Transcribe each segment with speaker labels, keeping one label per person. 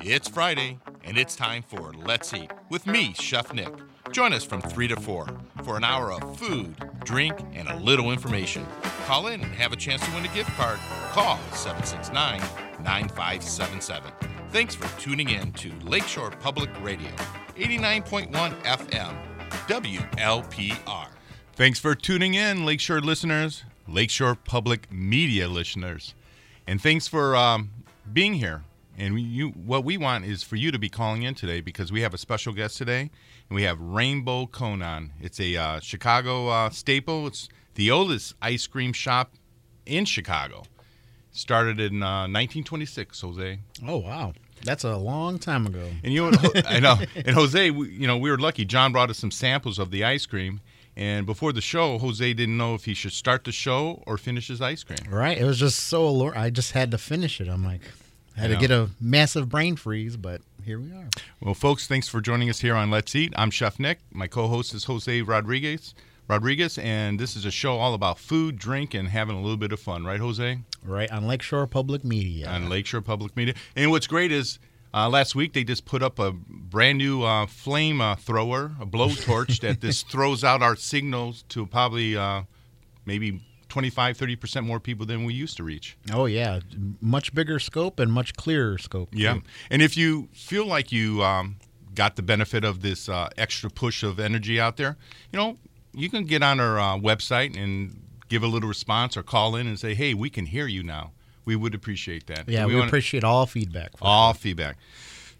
Speaker 1: It's Friday, and it's time for Let's Eat with me, Chef Nick. Join us from 3 to 4 for an hour of food, drink, and a little information. Call in and have a chance to win a gift card. Call 769 9577. Thanks for tuning in to Lakeshore Public Radio, 89.1 FM, WLPR. Thanks for tuning in, Lakeshore listeners, Lakeshore Public Media listeners, and thanks for um, being here. And we- you, what we want is for you to be calling in today because we have a special guest today, and we have Rainbow Cone on. It's a uh, Chicago uh, staple. It's the oldest ice cream shop in Chicago. Started in uh, 1926, Jose.
Speaker 2: Oh wow, that's a long time ago.
Speaker 1: And you know, what, I know. And Jose, we, you know, we were lucky. John brought us some samples of the ice cream. And before the show, Jose didn't know if he should start the show or finish his ice cream.
Speaker 2: Right? It was just so allure. I just had to finish it. I'm like, I had
Speaker 1: Yeah.
Speaker 2: to get a massive brain freeze, but here we are.
Speaker 1: Well, folks, thanks for joining us here on Let's Eat. I'm Chef Nick. My co-host is Jose Rodriguez. Rodriguez, and this is a show all about food, drink, and having a little bit of fun, right, Jose?
Speaker 2: Right on Lakeshore Public Media.
Speaker 1: on Lakeshore Public Media. And what's great is uh, last week they just put up a brand new uh, flame uh, thrower, a blowtorch that just throws out our signals to probably uh, maybe 25, 30% more people than we used to reach.
Speaker 2: oh yeah, much bigger scope and much clearer scope. too.
Speaker 1: Yeah. And if you feel like you um, got the benefit of this uh, extra push of energy out there, you know, you can get on our uh, website and give a little response or call in and say, hey, we can hear you now. We would appreciate that.
Speaker 2: yeah. We, Oh.
Speaker 1: wanna-
Speaker 2: appreciate all feedback. For
Speaker 1: all feedback.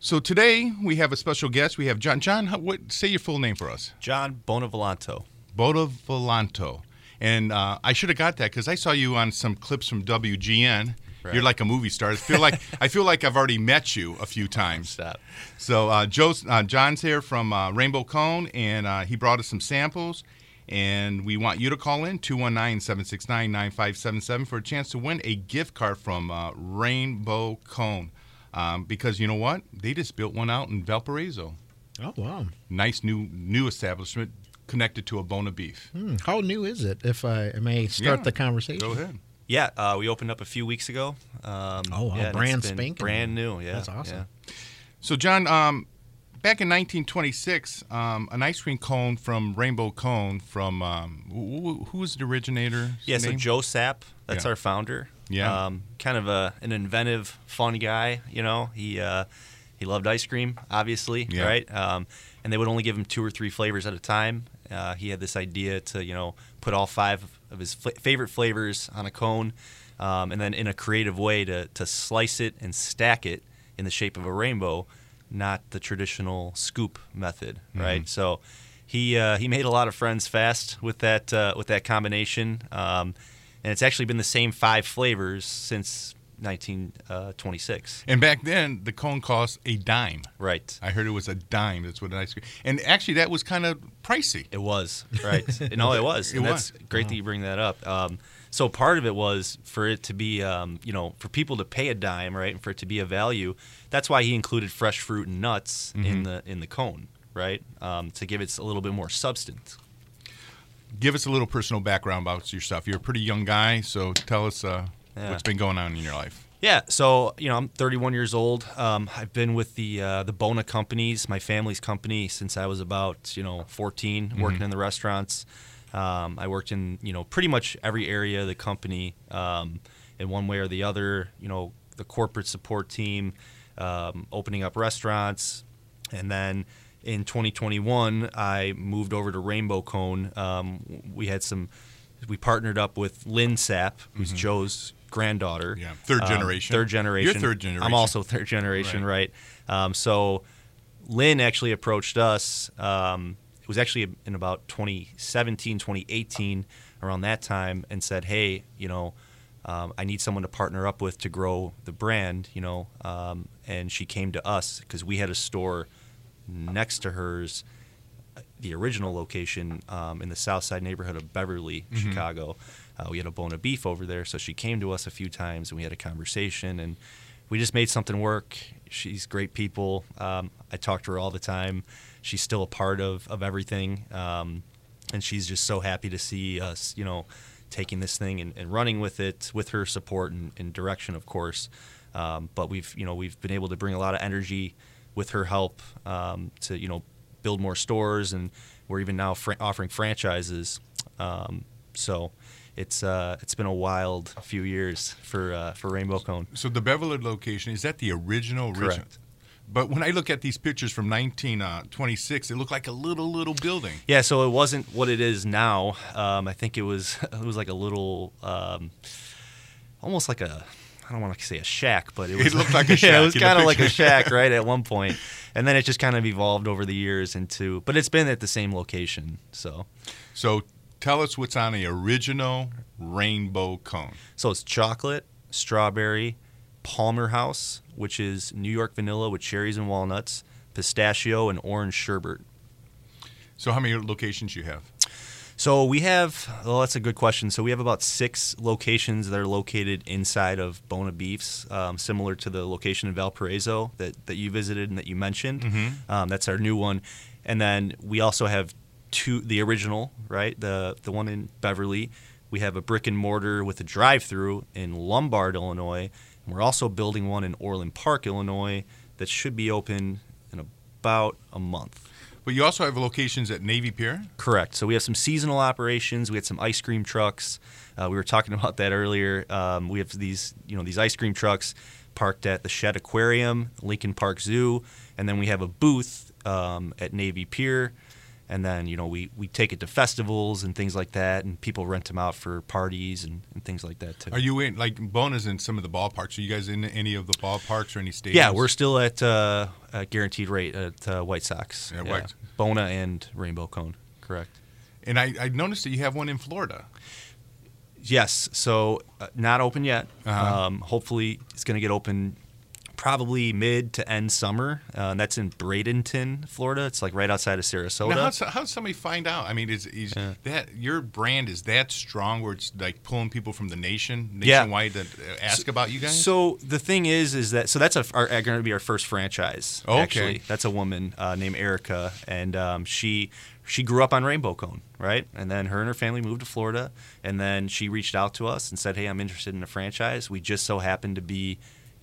Speaker 1: So today we have a special guest. We have John. John, how- what say your full name for us?
Speaker 3: John Bonavalanto.
Speaker 1: Bodovolanto. And uh, I should have got that because I saw you on some clips from WGN. You're
Speaker 3: Right.
Speaker 1: like a movie star. I feel like I feel like I've already met you a few times.
Speaker 3: Stop.
Speaker 1: So uh, Joe's, uh, John's here from uh, Rainbow Cone, and uh, he brought us some samples. And we want you to call in 219 769 9577 for a chance to win a gift card from uh, Rainbow Cone. Um, because you know what? They just built one out in Valparaiso.
Speaker 2: Oh wow.
Speaker 1: Nice new new establishment connected to a bone of beef.
Speaker 2: Hmm, How new is it? If I may start
Speaker 1: Yeah.
Speaker 2: the conversation.
Speaker 1: Go ahead.
Speaker 3: Yeah, uh, we opened up a few weeks ago. Um,
Speaker 2: Oh, wow,
Speaker 3: yeah, and it's
Speaker 2: brand
Speaker 3: been
Speaker 2: spanking
Speaker 3: brand
Speaker 2: new.
Speaker 3: new. Yeah,
Speaker 2: That's awesome.
Speaker 3: yeah.
Speaker 1: So, John, um, back in 1926, um, an ice cream cone from Rainbow Cone from um, who, who was the originator?
Speaker 3: Yeah, so
Speaker 1: Name?
Speaker 3: Joe Sapp, that's
Speaker 1: Yeah.
Speaker 3: our founder.
Speaker 1: Yeah.
Speaker 3: Um, kind of a, an inventive, fun guy, you know. He uh, he loved ice cream, obviously,
Speaker 1: Yeah.
Speaker 3: right? Um, and they would only give him two or three flavors at a time. Uh, he had this idea to, you know, put all five of his fl- favorite flavors on a cone um, and then in a creative way to, to slice it and stack it in the shape of a rainbow, not the traditional scoop method, right? So he uh, he made a lot of friends fast with that uh, with that combination, um, and it's actually been the same five flavors since uh, 1926.
Speaker 1: And back then, the cone cost a dime.
Speaker 3: Right.
Speaker 1: I heard it was a dime. That's what an ice cream. And actually, that was kind of pricey.
Speaker 3: It was right. no, it was.
Speaker 1: It
Speaker 3: and
Speaker 1: was.
Speaker 3: that's great that you bring that up. Um, so part of it was for it to be, um, you know, for people to pay a dime, right, and for it to be a value. That's why he included fresh fruit and nuts
Speaker 1: Mm-hmm.
Speaker 3: in the in the cone, right, um, to give it a little bit more substance.
Speaker 1: Give us a little personal background about yourself. You're a pretty young guy, so tell us uh,
Speaker 3: Yeah.
Speaker 1: what's been going on in your life.
Speaker 3: Yeah, so you know, I'm 31 years old. Um, I've been with the uh, the Bona companies, my family's company, since I was about you know 14, working in the restaurants. Um, I worked in you know pretty much every area of the company, um, in one way or the other. You know, the corporate support team, um, opening up restaurants, and then in 2021, I moved over to Rainbow Cone. Um, we had some, we partnered up with Lynn Sapp, who's Joe's granddaughter.
Speaker 1: Yeah, third
Speaker 3: Um,
Speaker 1: generation.
Speaker 3: third generation.
Speaker 1: You're third generation.
Speaker 3: I'm also third generation, right? Um, so Lynn actually approached us. Um, it was actually in about 2017, 2018, around that time, and said, "Hey, you know, um, I need someone to partner up with to grow the brand, you know." Um, and she came to us because we had a store next to hers the original location um, in the South Side neighborhood of Beverly, Chicago. Uh, we had a bone of beef over there, so she came to us a few times and we had a conversation and we just made something work. She's great people. Um, I talk to her all the time. She's still a part of of everything, um, and she's just so happy to see us, you know, taking this thing and, and running with it with her support and, and direction, of course. Um, but we've you know we've been able to bring a lot of energy with her help um, to you know build more stores, and we're even now fr- offering franchises. Um, so it's uh, it's been a wild few years for uh, for Rainbow Cone.
Speaker 1: So the Beveled location is that the original?
Speaker 3: Correct.
Speaker 1: original? But when I look at these pictures from uh, 1926, it looked like a little little building.
Speaker 3: Yeah, so it wasn't what it is now. Um, I think it was it was like a little, um, almost like a I don't want to say a shack, but it, was,
Speaker 1: looked like a
Speaker 3: yeah,
Speaker 1: shack
Speaker 3: it was
Speaker 1: in the
Speaker 3: kind of like a
Speaker 1: picture.
Speaker 3: shack, right? At one point, and then it just kind of evolved over the years into. But it's been at the same location, so
Speaker 1: So tell us what's on the original rainbow cone.
Speaker 3: so it's chocolate, strawberry, Palmer House, which is New York vanilla with cherries and walnuts, pistachio, and orange sherbet.
Speaker 1: So how many locations you have?
Speaker 3: So we have, well, that's a good question. So we have about six locations that are located inside of Bona Beefs, um, similar to the location in Valparaiso that, that you visited and that you mentioned. Um, that's our new one. And then we also have two, the original, right? The, the one in Beverly. We have a brick and mortar with a drive through in Lombard, Illinois. And we're also building one in Orland Park, Illinois, that should be open in about a month.
Speaker 1: But you also have locations at Navy Pier.
Speaker 3: Correct. So we have some seasonal operations. We had some ice cream trucks. Uh, we were talking about that earlier. Um, we have these, you know, these ice cream trucks parked at the Shed Aquarium, Lincoln Park Zoo, and then we have a booth um, at Navy Pier. And then you know we, we take it to festivals and things like that, and people rent them out for parties and, and things like that too.
Speaker 1: Are you in like Bona's in some of the ballparks? Are you guys in any of the ballparks or any stadiums?
Speaker 3: yeah, we're still at uh, a guaranteed rate at uh, White Sox,
Speaker 1: Yeah, White-
Speaker 3: Bona and Rainbow Cone. Correct.
Speaker 1: And I, I noticed that you have one in Florida.
Speaker 3: Yes. So uh, not open yet.
Speaker 1: Uh-huh.
Speaker 3: Um, hopefully, it's going to get open probably mid to end summer. Uh, that's in Bradenton, Florida. It's like right outside of Sarasota.
Speaker 1: Now, how how somebody find out? I mean, is, is
Speaker 3: Yeah.
Speaker 1: that your brand is that strong where it's like pulling people from the nation
Speaker 3: Yeah.
Speaker 1: nationwide that uh, ask about you guys?
Speaker 3: So the thing is, is that so that's a, our going to be our first franchise.
Speaker 1: Okay.
Speaker 3: Actually, that's a woman uh, named Erica, and um, she she grew up on Rainbow Cone, right? And then her and her family moved to Florida, and then she reached out to us and said, "Hey, I'm interested in a franchise." We just so happened to be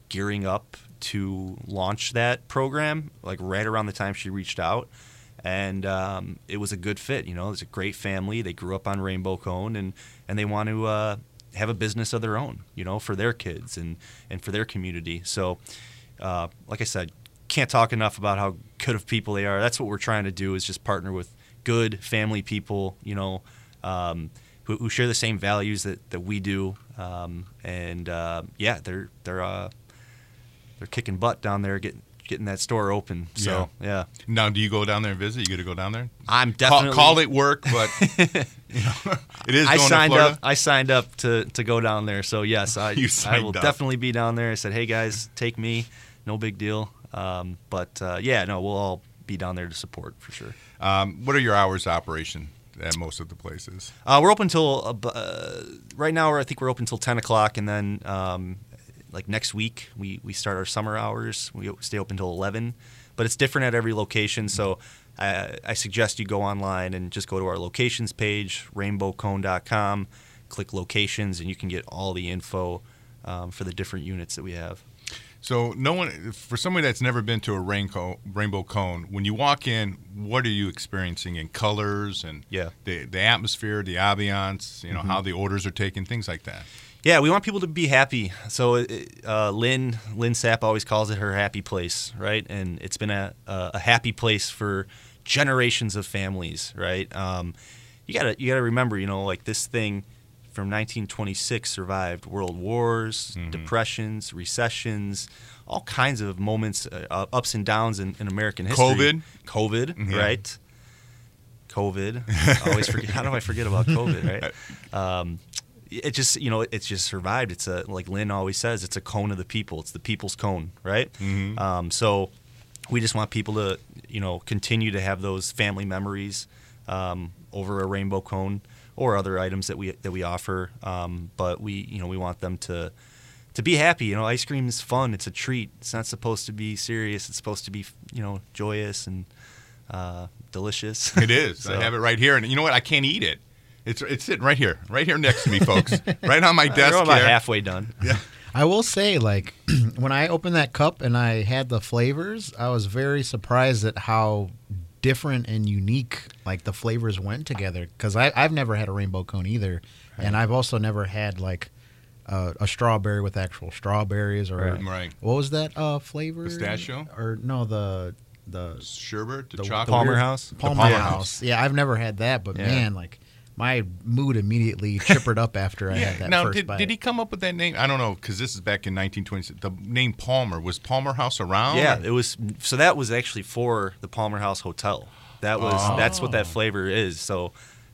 Speaker 3: gearing up to launch that program, like right around the time she reached out. And um, it was a good fit, you know. It's a great family. They grew up on Rainbow Cone, and and they want to uh, have a business of their own, you know, for their kids and and for their community. So, uh, like I said, can't talk enough about how good of people they are. That's what we're trying to do is just partner with good family people, you know, um, who, who share the same values that, that we do. Um, and uh, yeah, they're they're uh, they're kicking butt down there, getting getting that store open. So yeah,
Speaker 1: now, do you go down there and visit? You got to go down there.
Speaker 3: I'm
Speaker 1: Call-
Speaker 3: definitely
Speaker 1: Call, it work, but you know, it is.
Speaker 3: I
Speaker 1: Going
Speaker 3: signed
Speaker 1: to Florida.
Speaker 3: up. I signed up to, to go down there. So yes, I,
Speaker 1: You
Speaker 3: I
Speaker 1: signed
Speaker 3: will
Speaker 1: up.
Speaker 3: definitely be down there. I said, hey guys, take me. No big deal. Um, but uh, yeah, no, we'll all be down there to support for sure.
Speaker 1: Um, what are your hours of operation at most of the places?
Speaker 3: Uh, we're open till ab- uh, right now. we're- I think we're open till ten o'clock, and then um, like next week we we start our summer hours. We o- stay open till eleven, but it's different at every location. So I, I suggest you go online and just go to our locations page, rainbowcone.com, click locations, and you can get all the info um, for the different units that we have.
Speaker 1: So, no one for somebody that's never been to a rainbow rainbow cone. When you walk in, what are you experiencing in colors and
Speaker 3: Yeah.
Speaker 1: the the atmosphere, the ambiance, you know, how the orders are taken, things like that.
Speaker 3: Yeah, we want people to be happy. So uh, uh, Lynn Lynn Sapp always calls it her happy place, right? And it's been a a a happy place for generations of families, right? Um, you gotta you gotta remember, you know, like this thing from 1926 survived world wars, depressions, recessions, all kinds of moments, uh, uh, ups and downs in, in American history.
Speaker 1: COVID.
Speaker 3: COVID,
Speaker 1: Yeah.
Speaker 3: right? COVID. I always forget. How do I forget about COVID, right? Um, it just, you know, it's just survived. It's a, like Lynn always says, it's a cone of the people. It's the people's cone, right? Um, so we just want people to, you know, continue to have those family memories um, over a rainbow cone or other items that we, that we offer. Um, but we, you know, we want them to, to be happy. You know, ice cream is fun. It's a treat. It's not supposed to be serious. It's supposed to be, you know, joyous and uh, delicious.
Speaker 1: It is. I have it right here, and you know what? I can't eat it. It's it's sitting right here, right here next to me, folks, right on my
Speaker 3: They're
Speaker 1: desk.
Speaker 3: about
Speaker 1: here.
Speaker 3: halfway done.
Speaker 1: Yeah.
Speaker 2: I will say, like, when I opened that cup and I had the flavors, I was very surprised at how different and unique like the flavors went together. Because I've never had a rainbow cone either, and I've also never had like uh, a strawberry with actual strawberries or
Speaker 3: Right.
Speaker 1: Right.
Speaker 2: what was that uh, flavor?
Speaker 1: Pistachio?
Speaker 2: or no the the
Speaker 1: Sherbert, the,
Speaker 2: The- the
Speaker 1: chocolate.
Speaker 3: Palmer House? The
Speaker 2: Palmer,
Speaker 1: Palmer
Speaker 2: House.
Speaker 1: House.
Speaker 2: Yeah, I've never had that, but
Speaker 3: Yeah.
Speaker 2: man, like my mood immediately chippered up after I had that
Speaker 1: now,
Speaker 2: first
Speaker 1: did,
Speaker 2: bite.
Speaker 1: did he come up with that name? I don't know because this is back in 1920s. The name Palmer was Palmer House around.
Speaker 3: yeah, it was. So that was actually for the Palmer House Hotel. That was
Speaker 1: Oh.
Speaker 3: that's what that flavor is. So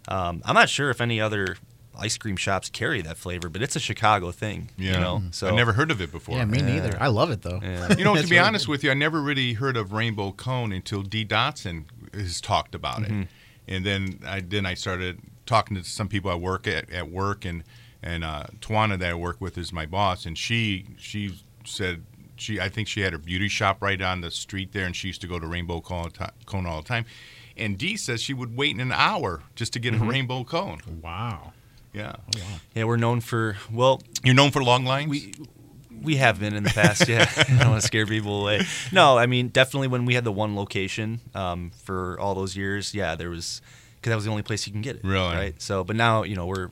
Speaker 3: um, I'm not sure if any other ice cream shops carry that flavor, but it's a Chicago thing.
Speaker 1: yeah. Mm-hmm.
Speaker 3: You know, so
Speaker 1: I never heard of it before.
Speaker 2: Mm-hmm. yeah, me neither. I love it though.
Speaker 3: Yeah.
Speaker 1: You know, to
Speaker 2: That's
Speaker 1: be
Speaker 2: really
Speaker 1: honest with you, I never really heard of rainbow cone until D. Dotson has talked about it, and then I then I started talking to some people I work at at work, and and uh, Tawana that I work with is my boss, and she she said she I think she had her beauty shop right on the street there, and she used to go to rainbow cone all the ti- cone all the time. And Dee says she would wait an hour just to get a rainbow cone.
Speaker 2: Wow.
Speaker 1: Mm-hmm. Oh, Yeah,
Speaker 3: yeah, we're known for well,
Speaker 1: you're known for long lines.
Speaker 3: we we have been in the past. Yeah, I don't want to scare people away. No, I mean definitely when we had the one location um, for all those years. Yeah, there was because that was the only place you can get it.
Speaker 1: Really?
Speaker 3: Right. So, but now you know we're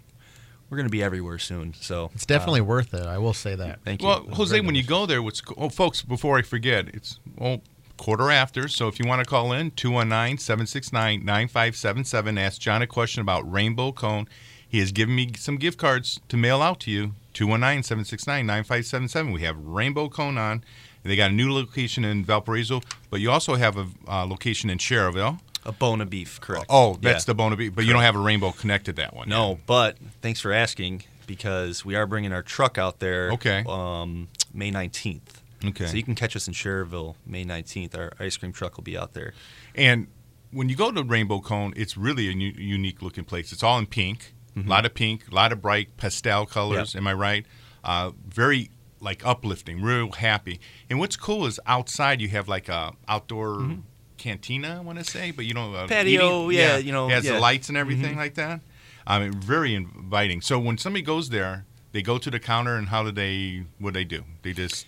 Speaker 3: we're gonna be everywhere soon. So
Speaker 2: It's definitely worth it. I will say that.
Speaker 3: thank you.
Speaker 1: Well,
Speaker 3: It was
Speaker 1: Jose,
Speaker 3: very
Speaker 1: when you
Speaker 3: delicious.
Speaker 1: go there, what's co- oh, folks, before I forget, it's oh, quarter after. So if you want to call in, 219 769 9577, ask John a question about Rainbow Cone. He has given me some gift cards to mail out to you, 219 769 9577. We have Rainbow Cone on. They got a new location in Valparaiso, but you also have a uh, location in Cherville.
Speaker 3: a bone of beef, correct?
Speaker 1: Oh, that's
Speaker 3: Yeah.
Speaker 1: the Bona Beach, but you don't have a rainbow connected to that one.
Speaker 3: No, but thanks for asking because we are bringing our truck out there.
Speaker 1: Okay.
Speaker 3: Um, May nineteenth.
Speaker 1: Okay.
Speaker 3: So you can catch us in Sherrillville May nineteenth. Our ice cream truck will be out there.
Speaker 1: And when you go to Rainbow Cone, it's really a u- unique looking place. It's all in pink,
Speaker 3: Mm-hmm.
Speaker 1: a lot of pink, a lot of bright pastel colors. Am I right? Uh, very like uplifting, real happy. And what's cool is outside you have like a outdoor cantina. I want to say, but you know, uh,
Speaker 3: Mm-hmm. Patio,
Speaker 1: eating-
Speaker 3: yeah, you know,
Speaker 1: it has the
Speaker 3: yeah. Mm-hmm.
Speaker 1: lights and everything like that. I mean, very inviting. So when somebody goes there, they go to the counter, and how do they? What do they do? They just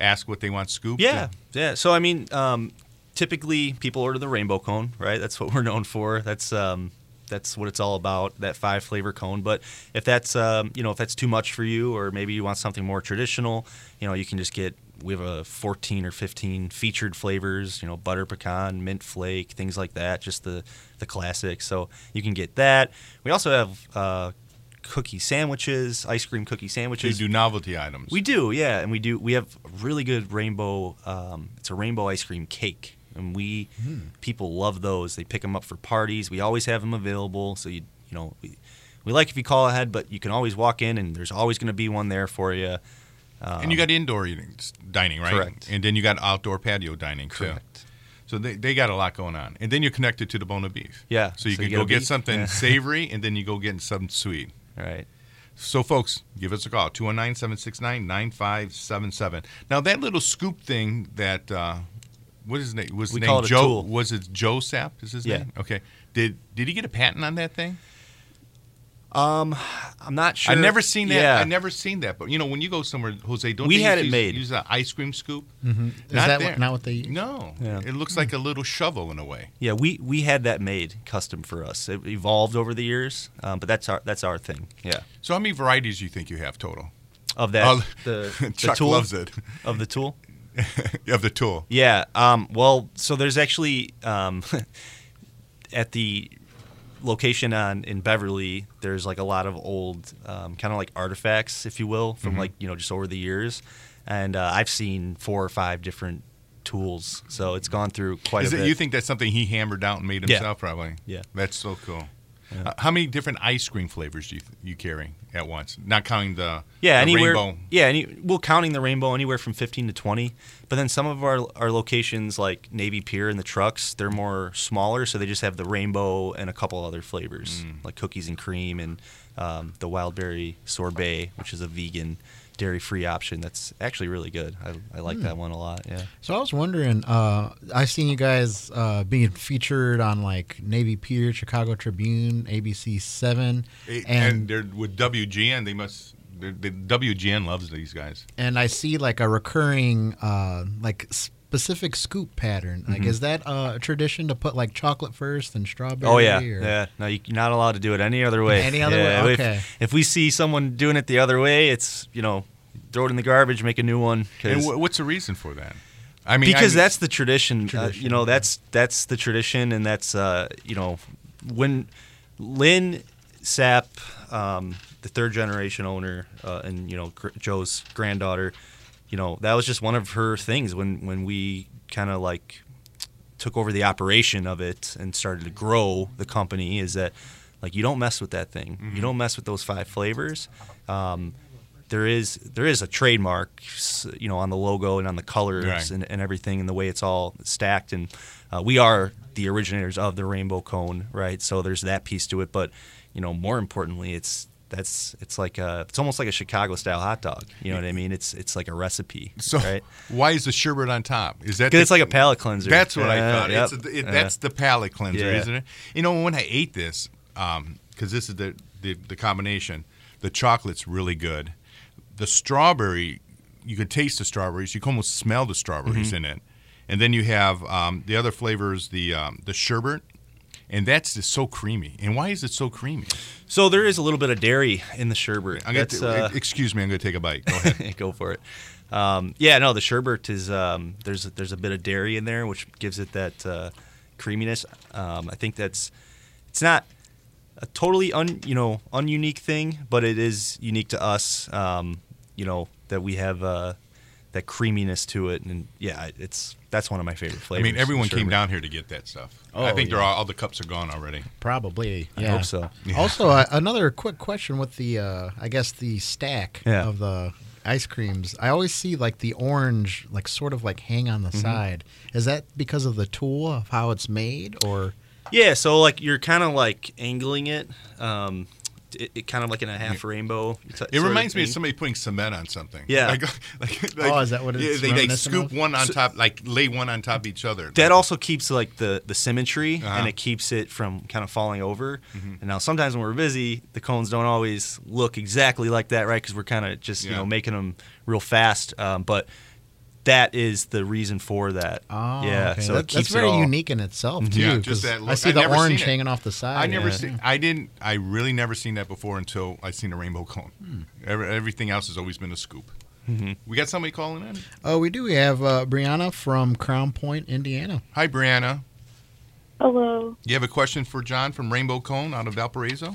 Speaker 1: ask what they want scooped.
Speaker 3: Yeah, yeah. So I mean, um, typically people order the rainbow cone, right? That's what we're known for. That's um, that's what it's all about. That five flavor cone. But if that's um, you know if that's too much for you, or maybe you want something more traditional, you know you can just get. We have a 14 or 15 featured flavors, you know, butter pecan, mint flake, things like that, just the the classics. So you can get that. We also have uh, cookie sandwiches, ice cream cookie
Speaker 1: They
Speaker 3: sandwiches.
Speaker 1: do novelty items.
Speaker 3: We do, yeah, and we do. We have really good rainbow. Um, it's a rainbow ice cream cake, and we people love those. They pick them up for parties. We always have them available, so you you know we, we like if you call ahead, but you can always walk in, and there's always going to be one there for you.
Speaker 1: and you got indoor eating, s- dining, right?
Speaker 3: Um, Correct.
Speaker 1: And then you got outdoor patio dining, too. So they, they got a lot going on. And then you're connected to the bone of beef.
Speaker 3: Yeah,
Speaker 1: So you
Speaker 3: so
Speaker 1: can
Speaker 3: you
Speaker 1: go
Speaker 3: got a
Speaker 1: get
Speaker 3: beef?
Speaker 1: something
Speaker 3: Yeah.
Speaker 1: savory and then you go get something sweet.
Speaker 3: All right.
Speaker 1: So, folks, give us a call 219 769 9577. Now, that little scoop thing that, uh, what is his name? Was his
Speaker 3: We
Speaker 1: name
Speaker 3: call it a
Speaker 1: Joe?
Speaker 3: tool.
Speaker 1: Was it Joe Sapp? Is his
Speaker 3: Yeah.
Speaker 1: name? Okay. Did did he get a patent on that thing?
Speaker 3: I'm not sure.
Speaker 1: I've never seen that.
Speaker 3: Yeah.
Speaker 1: I've never seen that. But you know, when you go somewhere, Jose, don't
Speaker 3: We
Speaker 1: they
Speaker 3: had
Speaker 1: use,
Speaker 3: it made.
Speaker 1: Use an ice cream scoop.
Speaker 2: Mm-hmm. Is that what- not what they use?
Speaker 1: No,
Speaker 3: Yeah.
Speaker 1: it looks like a little shovel in a way.
Speaker 3: Yeah, we we had that made custom for us. It evolved over the years, um, but that's our that's our thing. Yeah.
Speaker 1: So how many varieties do you think you have total?
Speaker 3: Of that,
Speaker 1: Oh,
Speaker 3: the, the
Speaker 1: Chuck
Speaker 3: tool
Speaker 1: loves it.
Speaker 3: of the tool.
Speaker 1: of the tool.
Speaker 3: Yeah. Um, well, so there's actually um, at the location on in Beverly, there's like a lot of old um, kind of like artifacts, if you will,
Speaker 1: Mm-hmm.
Speaker 3: from like you know just over the years, and uh, I've seen four or five different tools, so it's gone through quite
Speaker 1: Is
Speaker 3: a
Speaker 1: it,
Speaker 3: bit.
Speaker 1: you think that's something he hammered out and made
Speaker 3: Yeah.
Speaker 1: himself? Probably.
Speaker 3: Yeah.
Speaker 1: That's so cool. Uh, how many different ice cream flavors do you you carry at once? Not counting the
Speaker 3: yeah,
Speaker 1: the
Speaker 3: anywhere.
Speaker 1: rainbow.
Speaker 3: Yeah, any, well, counting the rainbow, anywhere from 15 to 20. But then some of our, our locations, like Navy Pier and the trucks, they're more smaller, so they just have the rainbow and a couple other flavors,
Speaker 1: Mm.
Speaker 3: like cookies and cream and um, the wildberry sorbet, which is a vegan, dairy free option that's actually really good. I, I like
Speaker 2: Hmm.
Speaker 3: that one a lot. Yeah.
Speaker 2: So I was wondering, uh, I've seen you guys uh, being featured on like Navy Pier, Chicago Tribune, ABC Seven,
Speaker 1: It- and,
Speaker 2: and
Speaker 1: they're with WGN. They must the, the WGN loves these guys.
Speaker 2: and I see like a recurring uh like specific scoop pattern.
Speaker 3: Mm-hmm.
Speaker 2: Like is that uh, a tradition to put like chocolate first and strawberry?
Speaker 3: Oh yeah,
Speaker 2: or-
Speaker 3: yeah. No, you- you're not allowed to do it any other way.
Speaker 2: Any other way?
Speaker 3: Yeah, if-
Speaker 2: Okay.
Speaker 3: If, we see someone doing it the other way, it's you know, throw it in the garbage, make a new one. 'cause-
Speaker 1: And wh- what's the reason for that? I mean,
Speaker 3: because
Speaker 1: I-
Speaker 3: that's the tradition. uh,
Speaker 2: Tradition,
Speaker 3: you know, that's that's the tradition, and that's uh, you know, when Lynn Sapp, um, the third generation owner, uh, and you know gr- Joe's granddaughter, you know, that was just one of her things when when we kind of like took over the operation of it and started to grow the company is that like you don't mess with that thing
Speaker 1: Mm-hmm.
Speaker 3: you don't mess with those five flavors um, there is there is a trademark s- you know on the logo and on the colors
Speaker 1: Right.
Speaker 3: and, and everything and the way it's all stacked and uh, we are the originators of the rainbow cone right so there's that piece to it but you know more importantly it's that's it's like a it's almost like a Chicago style hot dog you know what I mean it's it's like a recipe
Speaker 1: so.
Speaker 3: right
Speaker 1: Why is the sherbet on top? Is that
Speaker 3: because it's
Speaker 1: the-
Speaker 3: like a palate cleanser
Speaker 1: That's what I
Speaker 3: Yeah,
Speaker 1: thought.
Speaker 3: yep.
Speaker 1: It's a, it,
Speaker 3: Yeah.
Speaker 1: that's the palate cleanser,
Speaker 3: Yeah.
Speaker 1: isn't it? You know, when I ate this, because this is the, the the combination, the chocolate's really good. The strawberry, you could taste the strawberries. You can almost smell the strawberries
Speaker 3: Mm-hmm.
Speaker 1: in it. And then you have um, the other flavors, the um, the sherbet, and that's just so creamy. And why is it so creamy?
Speaker 3: So there is a little bit of dairy in the sherbet.
Speaker 1: I'm gonna
Speaker 3: That's,
Speaker 1: t-
Speaker 3: uh,
Speaker 1: excuse me, I'm going to take a bite. Go ahead.
Speaker 3: go for it. Um, yeah, no, the sherbet is um, there's there's a bit of dairy in there, which gives it that uh, creaminess. Um, I think that's it's not a totally un you know ununique thing, but it is unique to us. Um, you know that we have uh, that creaminess to it, and yeah, it's that's one of my favorite
Speaker 1: I
Speaker 3: flavors.
Speaker 1: mean, everyone came
Speaker 3: sherbet.
Speaker 1: down here to get that stuff.
Speaker 2: Oh,
Speaker 1: I think they're
Speaker 2: yeah.
Speaker 1: all, all the cups are gone already.
Speaker 2: Probably.
Speaker 3: I
Speaker 2: Yeah.
Speaker 3: hope so.
Speaker 2: Also, uh, another quick question with the, uh, I guess the stack
Speaker 3: Yeah.
Speaker 2: of the ice creams. I always see like the orange, like sort of like hang on the side. Is that because of the tool of how it's made, or
Speaker 3: Yeah, so like you're kind of like angling it, um, it, it kind of like in a half rainbow. t- sort
Speaker 1: It
Speaker 3: of
Speaker 1: reminds me of
Speaker 3: thing.
Speaker 1: somebody putting cement on something.
Speaker 3: Yeah.
Speaker 1: Like, like,
Speaker 2: Oh, is that what it's
Speaker 1: Yeah, they, they
Speaker 2: reminiscent
Speaker 1: scoop
Speaker 2: of?
Speaker 1: one on top, like lay one on top of each other.
Speaker 3: that also keeps like the the symmetry
Speaker 1: Uh-huh. Mm-hmm.
Speaker 3: and it keeps it from kind of falling over. And now sometimes when we're busy, the cones don't always look exactly like that, right? Because we're kind of just you
Speaker 1: Yeah.
Speaker 3: know making them real fast. Um, but that is the reason for that.
Speaker 2: oh,
Speaker 3: yeah,
Speaker 2: okay.
Speaker 3: so
Speaker 2: that,
Speaker 3: it keeps
Speaker 2: that's very
Speaker 3: it all.
Speaker 2: unique in itself too.
Speaker 1: Yeah, just
Speaker 2: 'cause
Speaker 1: that
Speaker 2: I
Speaker 1: look.
Speaker 2: see
Speaker 1: I've
Speaker 2: the
Speaker 1: never seen
Speaker 2: orange
Speaker 1: it.
Speaker 2: hanging off the side.
Speaker 1: I never
Speaker 2: yeah.
Speaker 1: seen. I didn't. I really never seen that before until I seen a rainbow cone.
Speaker 2: Hmm.
Speaker 1: Every, everything else has always been a scoop.
Speaker 2: Mm-hmm.
Speaker 1: We got somebody calling in.
Speaker 2: Oh, we do. We have uh, Brianna from Crown Point, Indiana.
Speaker 1: Hi, Brianna.
Speaker 4: Hello.
Speaker 1: You have a question for John from Rainbow Cone out of Valparaiso?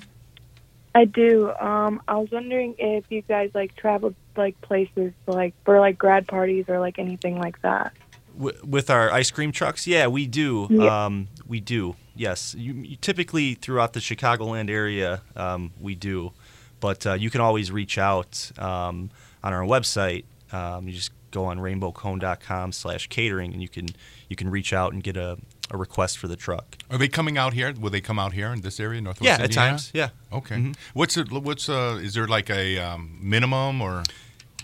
Speaker 4: I do. Um, I was wondering if you guys like traveled like places like for like grad parties or like anything like that.
Speaker 3: Wi- with our ice cream trucks yeah we do
Speaker 4: Yeah.
Speaker 3: um, we do yes you, you typically throughout the chicagoland area um, we do but uh, you can always reach out um, on our website um, you just go on rainbowcone.com slash catering and you can you can reach out and get a, a request for the truck
Speaker 1: Are they coming out here? Will they come out here in this area, Northwest?
Speaker 3: yeah at
Speaker 1: Indiana?
Speaker 3: times yeah
Speaker 1: Okay. What's it? What's uh? Is there like a um, minimum or?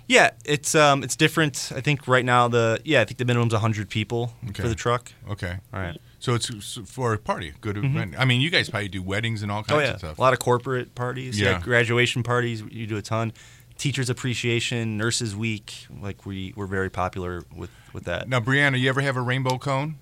Speaker 3: yeah it's um, it's different i think right now the yeah i think the minimum's 100 people
Speaker 1: Okay.
Speaker 3: for the truck
Speaker 1: Okay.
Speaker 3: all right Mm-hmm.
Speaker 1: So it's s- for a party, good event. I mean, you guys probably do weddings and all kinds
Speaker 3: oh, yeah.
Speaker 1: of stuff.
Speaker 3: A lot of corporate parties.
Speaker 1: Yeah.
Speaker 3: Yeah. Graduation parties. You do a ton. Teachers appreciation, nurses week. Like we we're very popular with with that.
Speaker 1: Now, Brianna, you ever have a rainbow cone?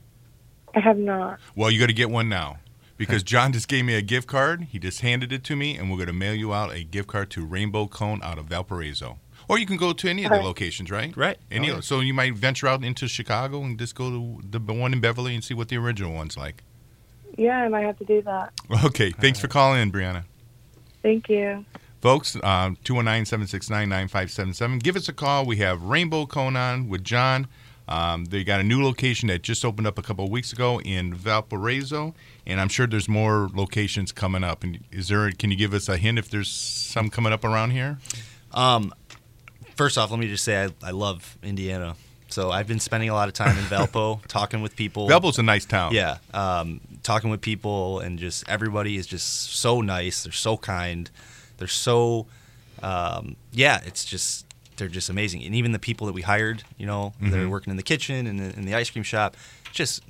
Speaker 4: I have not.
Speaker 1: Well, you got to get one now because John just gave me a gift card. He just handed it to me, and we're going to mail you out a gift card to Rainbow Cone out of Valparaiso. Or you can go to any of the
Speaker 4: Okay.
Speaker 1: locations, right?
Speaker 3: Right.
Speaker 1: Any
Speaker 3: Oh,
Speaker 1: of- So you might venture out into Chicago and just go to the one in Beverly and see what the original one's like.
Speaker 4: Yeah, I might have to do that.
Speaker 1: Okay. Thanks
Speaker 3: Uh,
Speaker 1: for calling in, Brianna.
Speaker 4: Thank you.
Speaker 1: Folks, uh, 219 769 9577. Give us a call. We have Rainbow Cone on with John. Um, they got a new location that just opened up a couple of weeks ago in Valparaiso, and I'm sure there's more locations coming up. And is there? Can you give us a hint if there's some coming up around here?
Speaker 3: Um, first off, let me just say I, I love Indiana. So I've been spending a lot of time in Valpo talking with people.
Speaker 1: Valpo's a nice town.
Speaker 3: Yeah. Um, talking with people and just everybody is just so nice. They're so kind. They're so, um, yeah, it's just, they're just amazing. And even the people that we hired, you know,
Speaker 1: Mm-hmm.
Speaker 3: they're working in the kitchen and in, in the ice cream shop, just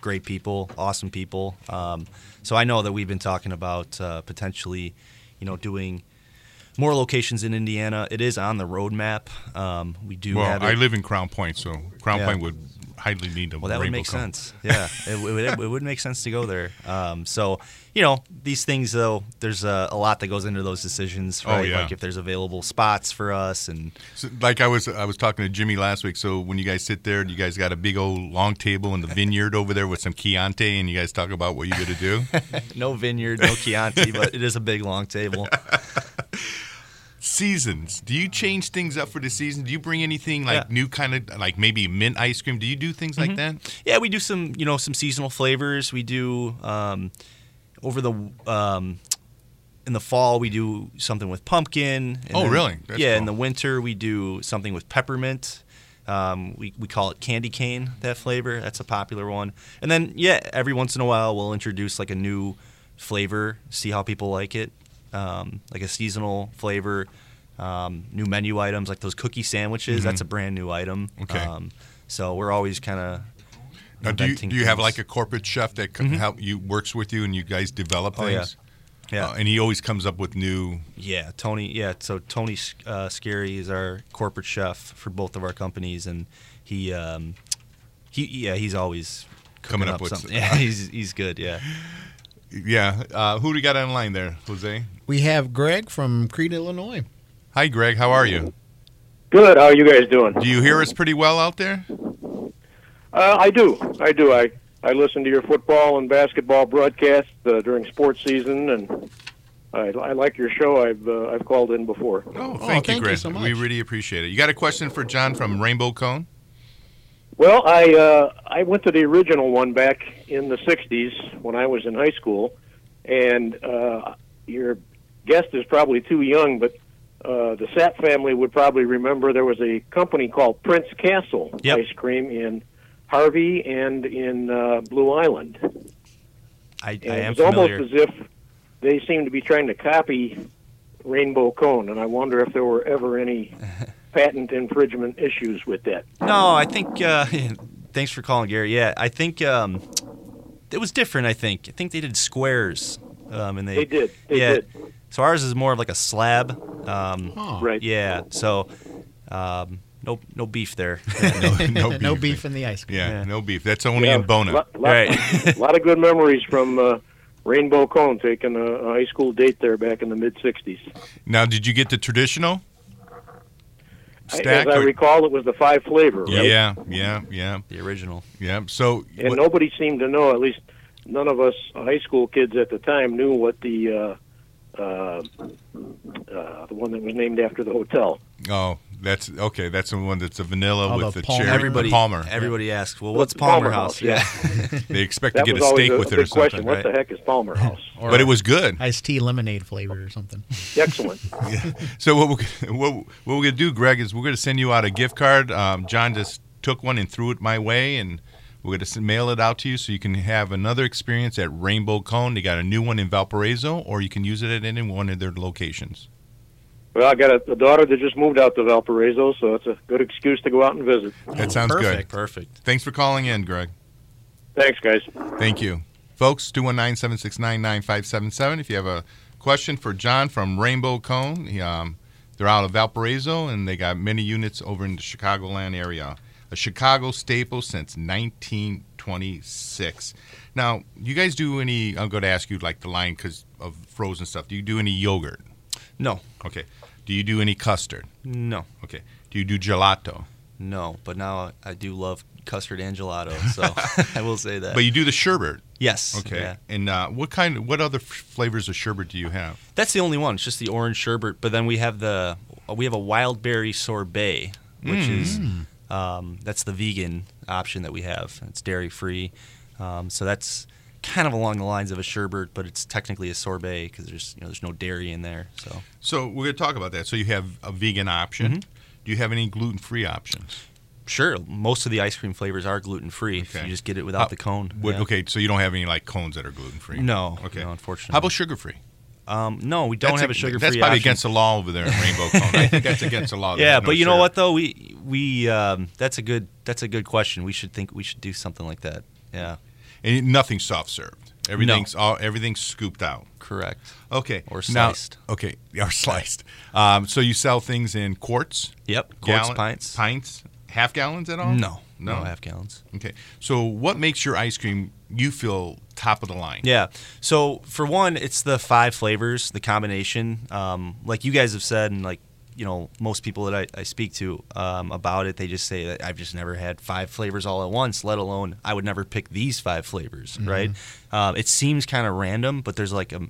Speaker 3: great people, awesome people. Um, so I know that we've been talking about uh, potentially, you know, doing more locations in Indiana. It is on the roadmap. Um, we do.
Speaker 1: Well,
Speaker 3: have
Speaker 1: I
Speaker 3: it-
Speaker 1: live in Crown Point, so Crown
Speaker 3: Yeah.
Speaker 1: Point would highly need a
Speaker 3: Well, that would
Speaker 1: rainbow
Speaker 3: make
Speaker 1: cone.
Speaker 3: sense. Yeah, it, would- it, would- it would make sense to go there. Um, so, you know, these things though, there's a, a lot that goes into those decisions,
Speaker 1: Oh,
Speaker 3: right?
Speaker 1: yeah.
Speaker 3: Like if there's available spots for us, and
Speaker 1: So, like I was, I was talking to Jimmy last week. So when you guys sit there, you guys got a big old long table in the vineyard over there with some Chianti, and you guys talk about what you're gonna do.
Speaker 3: no vineyard, no Chianti, but it is a big long table.
Speaker 1: Seasons. Do you change things up for the season? Do you bring anything like
Speaker 3: Yeah. Mm-hmm.
Speaker 1: new kind of like maybe mint ice cream? Do you do things like that?
Speaker 3: Yeah, we do some, you know, some seasonal flavors. We do um, over the um, in the fall we do something with pumpkin. and
Speaker 1: Oh, really? That's
Speaker 3: yeah, in
Speaker 1: cool.
Speaker 3: the winter we do something with peppermint. Um, we we call it candy cane. That flavor. That's a popular one. And then yeah, every once in a while we'll introduce like a new flavor. See how people like it. Um, like a seasonal flavor. Um, new menu items like those cookie sandwiches. That's a brand new item.
Speaker 1: Mm-hmm. Okay.
Speaker 3: Um, so we're always kind of
Speaker 1: Now, do you
Speaker 3: inventing
Speaker 1: do you have
Speaker 3: things. Mm-hmm.
Speaker 1: like a corporate chef that can help you works with you and you guys develop
Speaker 3: Oh, yeah.
Speaker 1: things?
Speaker 3: Yeah,
Speaker 1: Uh, and he always comes up with new.
Speaker 3: yeah, Tony. Yeah, so Tony uh, Scary is our corporate chef for both of our companies, and he, um, he, yeah, he's always cooking
Speaker 1: Coming up with
Speaker 3: something.
Speaker 1: some-
Speaker 3: Yeah, he's he's good. Yeah,
Speaker 1: Yeah. Uh, who do we got online there, Jose?
Speaker 2: We have Greg from Crete, Illinois.
Speaker 1: Hi, Greg. How are you?
Speaker 5: Good. How are you guys doing?
Speaker 1: Do you hear us pretty well out there?
Speaker 5: Uh, I do. I do. I I listen to your football and basketball broadcasts uh, during sports season, and I, I like your show. I've uh, I've called in before.
Speaker 1: Oh,
Speaker 2: Oh,
Speaker 1: thank you,
Speaker 2: thank you
Speaker 1: Greg.
Speaker 2: so much.
Speaker 1: We really appreciate it. You got a question for John from Rainbow Cone?
Speaker 5: Well, I uh, I went to the original one back in the '60s when I was in high school, and uh, your guest is probably too young, but uh, the Sapp family would probably remember there was a company called Prince Castle
Speaker 3: Yep.
Speaker 5: ice cream in Harvey and in uh, Blue Island.
Speaker 3: I, I
Speaker 5: And
Speaker 3: am
Speaker 5: it was
Speaker 3: familiar.
Speaker 5: almost as if they seemed to be trying to copy Rainbow Cone, and I wonder if there were ever any patent infringement issues with that.
Speaker 3: No, I think. Uh, thanks for calling, Gary. Yeah, I think um, it was different. I think. I think they did squares, um, and they
Speaker 5: They did. They
Speaker 3: yeah.
Speaker 5: did.
Speaker 3: So ours is more of like a slab. Um,
Speaker 2: Oh.
Speaker 5: Right.
Speaker 3: Yeah. So, um, no no beef there.
Speaker 1: No,
Speaker 2: no beef in the ice cream.
Speaker 1: Yeah,
Speaker 3: Yeah.
Speaker 1: no beef. That's only in Bona.
Speaker 5: Lot, lot,
Speaker 3: Right.
Speaker 5: lot of good memories from uh, Rainbow Cone taking a, a high school date there back in the mid 60s.
Speaker 1: now, did you get the traditional?
Speaker 5: I-
Speaker 1: Stack
Speaker 5: As I
Speaker 1: or-
Speaker 5: recall, it was the five flavor, right?
Speaker 1: Yeah, yeah, yeah,
Speaker 3: the original.
Speaker 1: yeah. So,
Speaker 5: And
Speaker 1: what-
Speaker 5: nobody seemed to know, at least none of us high school kids at the time knew what the. Uh, uh, uh, the one that was named after the hotel.
Speaker 1: oh, that's okay. That's the one that's a vanilla
Speaker 2: Oh,
Speaker 1: with
Speaker 2: the
Speaker 1: the
Speaker 2: Palmer.
Speaker 1: cherry.
Speaker 3: Everybody,
Speaker 1: Palmer.
Speaker 3: Everybody asks, "Well,
Speaker 5: What's
Speaker 3: what's Palmer,
Speaker 5: Palmer
Speaker 3: House?"
Speaker 5: House? Yeah.
Speaker 1: They expect to
Speaker 5: That
Speaker 1: get
Speaker 5: was
Speaker 1: a
Speaker 5: always
Speaker 1: steak
Speaker 5: a,
Speaker 1: with it
Speaker 5: a
Speaker 1: or
Speaker 5: big question.
Speaker 1: something.
Speaker 5: What the heck is Palmer House?
Speaker 2: Or
Speaker 1: But it was good.
Speaker 2: iced tea lemonade flavor or something.
Speaker 5: Excellent.
Speaker 1: So what we're, what, what we're gonna do, Greg, is we're gonna send you out a gift card. Um, John just took one and threw it my way, and we're gonna s- mail it out to you so you can have another experience at Rainbow Cone. They got a new one in Valparaiso, or you can use it at any one of their locations.
Speaker 5: Well, I got a, a daughter that just moved out to Valparaiso, so it's a good excuse to go out and visit.
Speaker 1: That sounds
Speaker 3: Oh, perfect.
Speaker 1: good.
Speaker 3: Perfect.
Speaker 1: Thanks for calling in, Greg.
Speaker 5: Thanks, guys.
Speaker 1: Thank you. Folks, 219 769 9577. If you have a question for John from Rainbow Cone, he, um, they're out of Valparaiso and they got many units over in the Chicagoland area. A Chicago staple since 1926. Now, you guys do any, I'm going to ask you like the line because of frozen stuff. Do you do any yogurt?
Speaker 3: No,
Speaker 1: Okay. Do you do any custard?
Speaker 3: no,
Speaker 1: Okay. Do you do gelato?
Speaker 3: no. But now I do love custard and gelato, so I will say that.
Speaker 1: But you do the sherbet.
Speaker 3: yes.
Speaker 1: Okay.
Speaker 3: yeah.
Speaker 1: And uh, what kind of, what other f- flavors of sherbet do you have?
Speaker 3: That's the only one. It's just the orange sherbet. But then we have the we have a wild berry sorbet, which is
Speaker 1: Mm.
Speaker 3: um, that's the vegan option that we have. It's dairy free, um, so that's kind of along the lines of a sherbet, but it's technically a sorbet because there's you know there's no dairy in there. So
Speaker 1: So we're going to talk about that. So you have a vegan option.
Speaker 3: Mm-hmm.
Speaker 1: Do you have any gluten free options?
Speaker 3: sure, most of the ice cream flavors are gluten free. If
Speaker 1: Okay.
Speaker 3: you just get it without
Speaker 1: Uh,
Speaker 3: the cone.
Speaker 1: Would-
Speaker 3: yeah.
Speaker 1: Okay, so you don't have any like cones that are gluten free.
Speaker 3: No.
Speaker 1: Okay.
Speaker 3: No, unfortunately.
Speaker 1: How about sugar free?
Speaker 3: Um, no, we don't have a sugar free.
Speaker 1: That's probably against the law over there in Rainbow Cone. I think that's against the law. There's
Speaker 3: Yeah,
Speaker 1: no
Speaker 3: but you know
Speaker 1: sugar.
Speaker 3: what though? We we um, that's a good that's a good question. We should think we should do something like that. Yeah.
Speaker 1: and nothing's soft served. Everything's all everything's scooped out.
Speaker 3: Correct.
Speaker 1: Okay,
Speaker 3: Or
Speaker 1: Now-
Speaker 3: sliced.
Speaker 1: okay, or sliced. Um, so you sell things in quarts,
Speaker 3: Yep. Quarts,
Speaker 1: gallon-
Speaker 3: pints.
Speaker 1: pints, half gallons at all?
Speaker 3: No,
Speaker 1: no.
Speaker 3: no half gallons.
Speaker 1: Okay. So what makes your ice cream you feel top of the line?
Speaker 3: Yeah. So for one, it's the five flavors, the combination. Um, like you guys have said, and like you know, most people that I, I speak to um, about it, they just say that I've just never had five flavors all at once. Let alone I would never pick these five flavors. Right. Um, it seems kind of random, but there's like a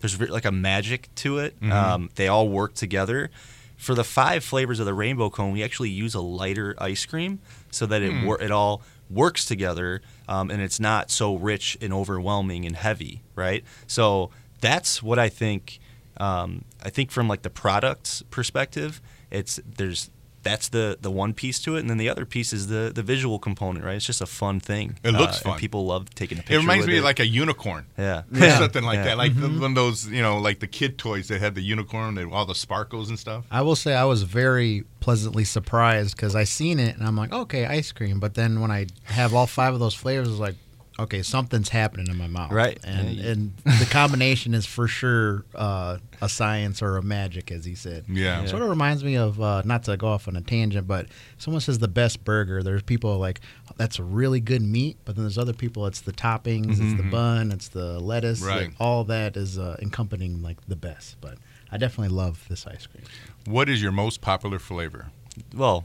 Speaker 3: there's ve- like a magic to it. Um, they all work together. For the five flavors of the rainbow cone, we actually use a lighter ice cream so that it
Speaker 1: Hmm.
Speaker 3: wor- it all works together um, and it's not so rich and overwhelming and heavy, right? So that's what I think. Um, I think from like the products perspective, it's there's that's the the one piece to it, and then the other piece is the the visual component, right? It's just a fun thing. Uh,
Speaker 1: It looks
Speaker 3: and
Speaker 1: fun.
Speaker 3: people love taking a picture.
Speaker 1: It reminds
Speaker 3: with
Speaker 1: me of like a unicorn.
Speaker 3: yeah,
Speaker 1: Or
Speaker 3: Yeah.
Speaker 1: something like
Speaker 3: Yeah. Mm-hmm.
Speaker 1: that, like the, one of those, you know, like the kid toys that had the unicorn and all the sparkles and stuff.
Speaker 2: I will say I was very pleasantly surprised because I seen it and I'm like, okay, ice cream. But then when I have all five of those flavors, it's like, okay, something's happening in my mouth.
Speaker 3: Right.
Speaker 2: And
Speaker 3: Yeah, you-
Speaker 2: and the combination is for sure uh, a science or a magic, as he said.
Speaker 3: Mm,
Speaker 1: Yeah.
Speaker 2: Sort of reminds me of uh, not to go off on a tangent, but someone says the best burger. There's people like "Oh, that's a really good meat, but then there's other people. It's the toppings, it's
Speaker 3: Mm-hmm.
Speaker 2: the bun, it's the lettuce. like,
Speaker 1: Right.
Speaker 2: all that is uh, encompassing like the best. But I definitely love this ice cream.
Speaker 1: What is your most popular flavor?
Speaker 3: well,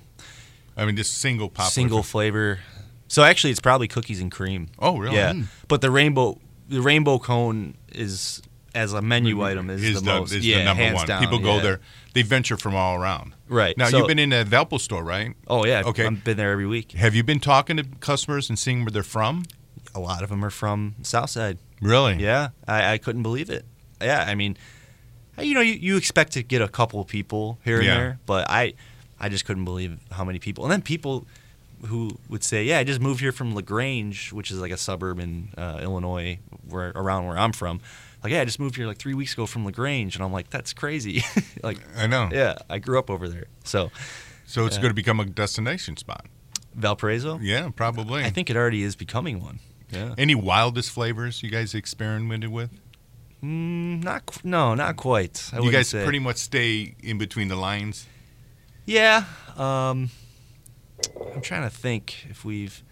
Speaker 1: I mean, just single popular.
Speaker 3: single flavor. So actually, it's probably cookies and cream.
Speaker 1: Oh, really?
Speaker 3: Yeah,
Speaker 1: Mm.
Speaker 3: but the rainbow the rainbow cone is as a menu item is,
Speaker 1: Mm-hmm. is
Speaker 3: the, most
Speaker 1: is
Speaker 3: yeah,
Speaker 1: the number
Speaker 3: hands
Speaker 1: one.
Speaker 3: down,
Speaker 1: People go
Speaker 3: yeah.
Speaker 1: there. They venture from all around.
Speaker 3: Right.
Speaker 1: Now
Speaker 3: So-
Speaker 1: you've been in a Valpo store, right?
Speaker 3: Oh yeah,
Speaker 1: Okay.
Speaker 3: okay. I've been there every week.
Speaker 1: Have you been talking to customers and seeing where they're from?
Speaker 3: A lot of them are from Southside.
Speaker 1: Really?
Speaker 3: Yeah, I, I couldn't believe it. Yeah, I mean, you know, you, you expect to get a couple of people here and
Speaker 1: Yeah.
Speaker 3: there, but I, I just couldn't believe how many people. And then people who would say, "Yeah, I just moved here from Lagrange, which is like a suburb in uh, Illinois, where around where I'm from." Like, yeah, I just moved here like three weeks ago from Lagrange, and I'm like, "That's crazy!" like,
Speaker 1: I know.
Speaker 3: yeah, I grew up over there. So,
Speaker 1: So it's
Speaker 3: Yeah.
Speaker 1: going to become a destination spot.
Speaker 3: Valparaiso,
Speaker 1: Yeah, probably.
Speaker 3: I think it already is becoming one. Yeah.
Speaker 1: Any wildest flavors you guys experimented with?
Speaker 3: Mm, not qu- no, not quite. I
Speaker 1: you
Speaker 3: wouldn't
Speaker 1: guys
Speaker 3: say.
Speaker 1: pretty much stay in between the lines.
Speaker 3: Yeah. Um, I'm trying to think if we've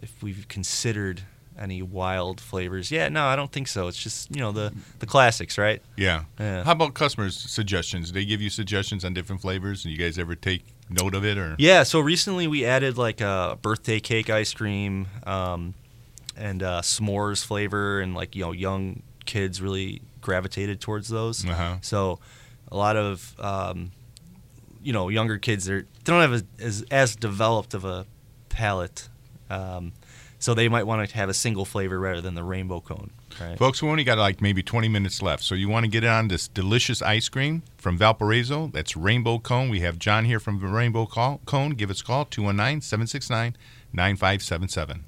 Speaker 3: if we've considered any wild flavors. Yeah, no, I don't think so. It's just you know the the classics, right?
Speaker 1: Yeah.
Speaker 3: Yeah.
Speaker 1: How about customers' suggestions? They give you suggestions on different flavors, and you guys ever take note of it or?
Speaker 3: Yeah. So recently we added like a birthday cake ice cream um, and uh, s'mores flavor, and like you know young kids really gravitated towards those.
Speaker 1: Uh-huh.
Speaker 3: So a lot of um, you know younger kids they're, they don't have a, as as developed of a palate, um, so they might want to have a single flavor rather than the rainbow cone. Right.
Speaker 1: Folks, we only got like maybe 20 minutes left, so you want to get in on this delicious ice cream from Valparaiso. That's Rainbow Cone. We have John here from Rainbow Col- Cone. Give us a call, 219 769 9577.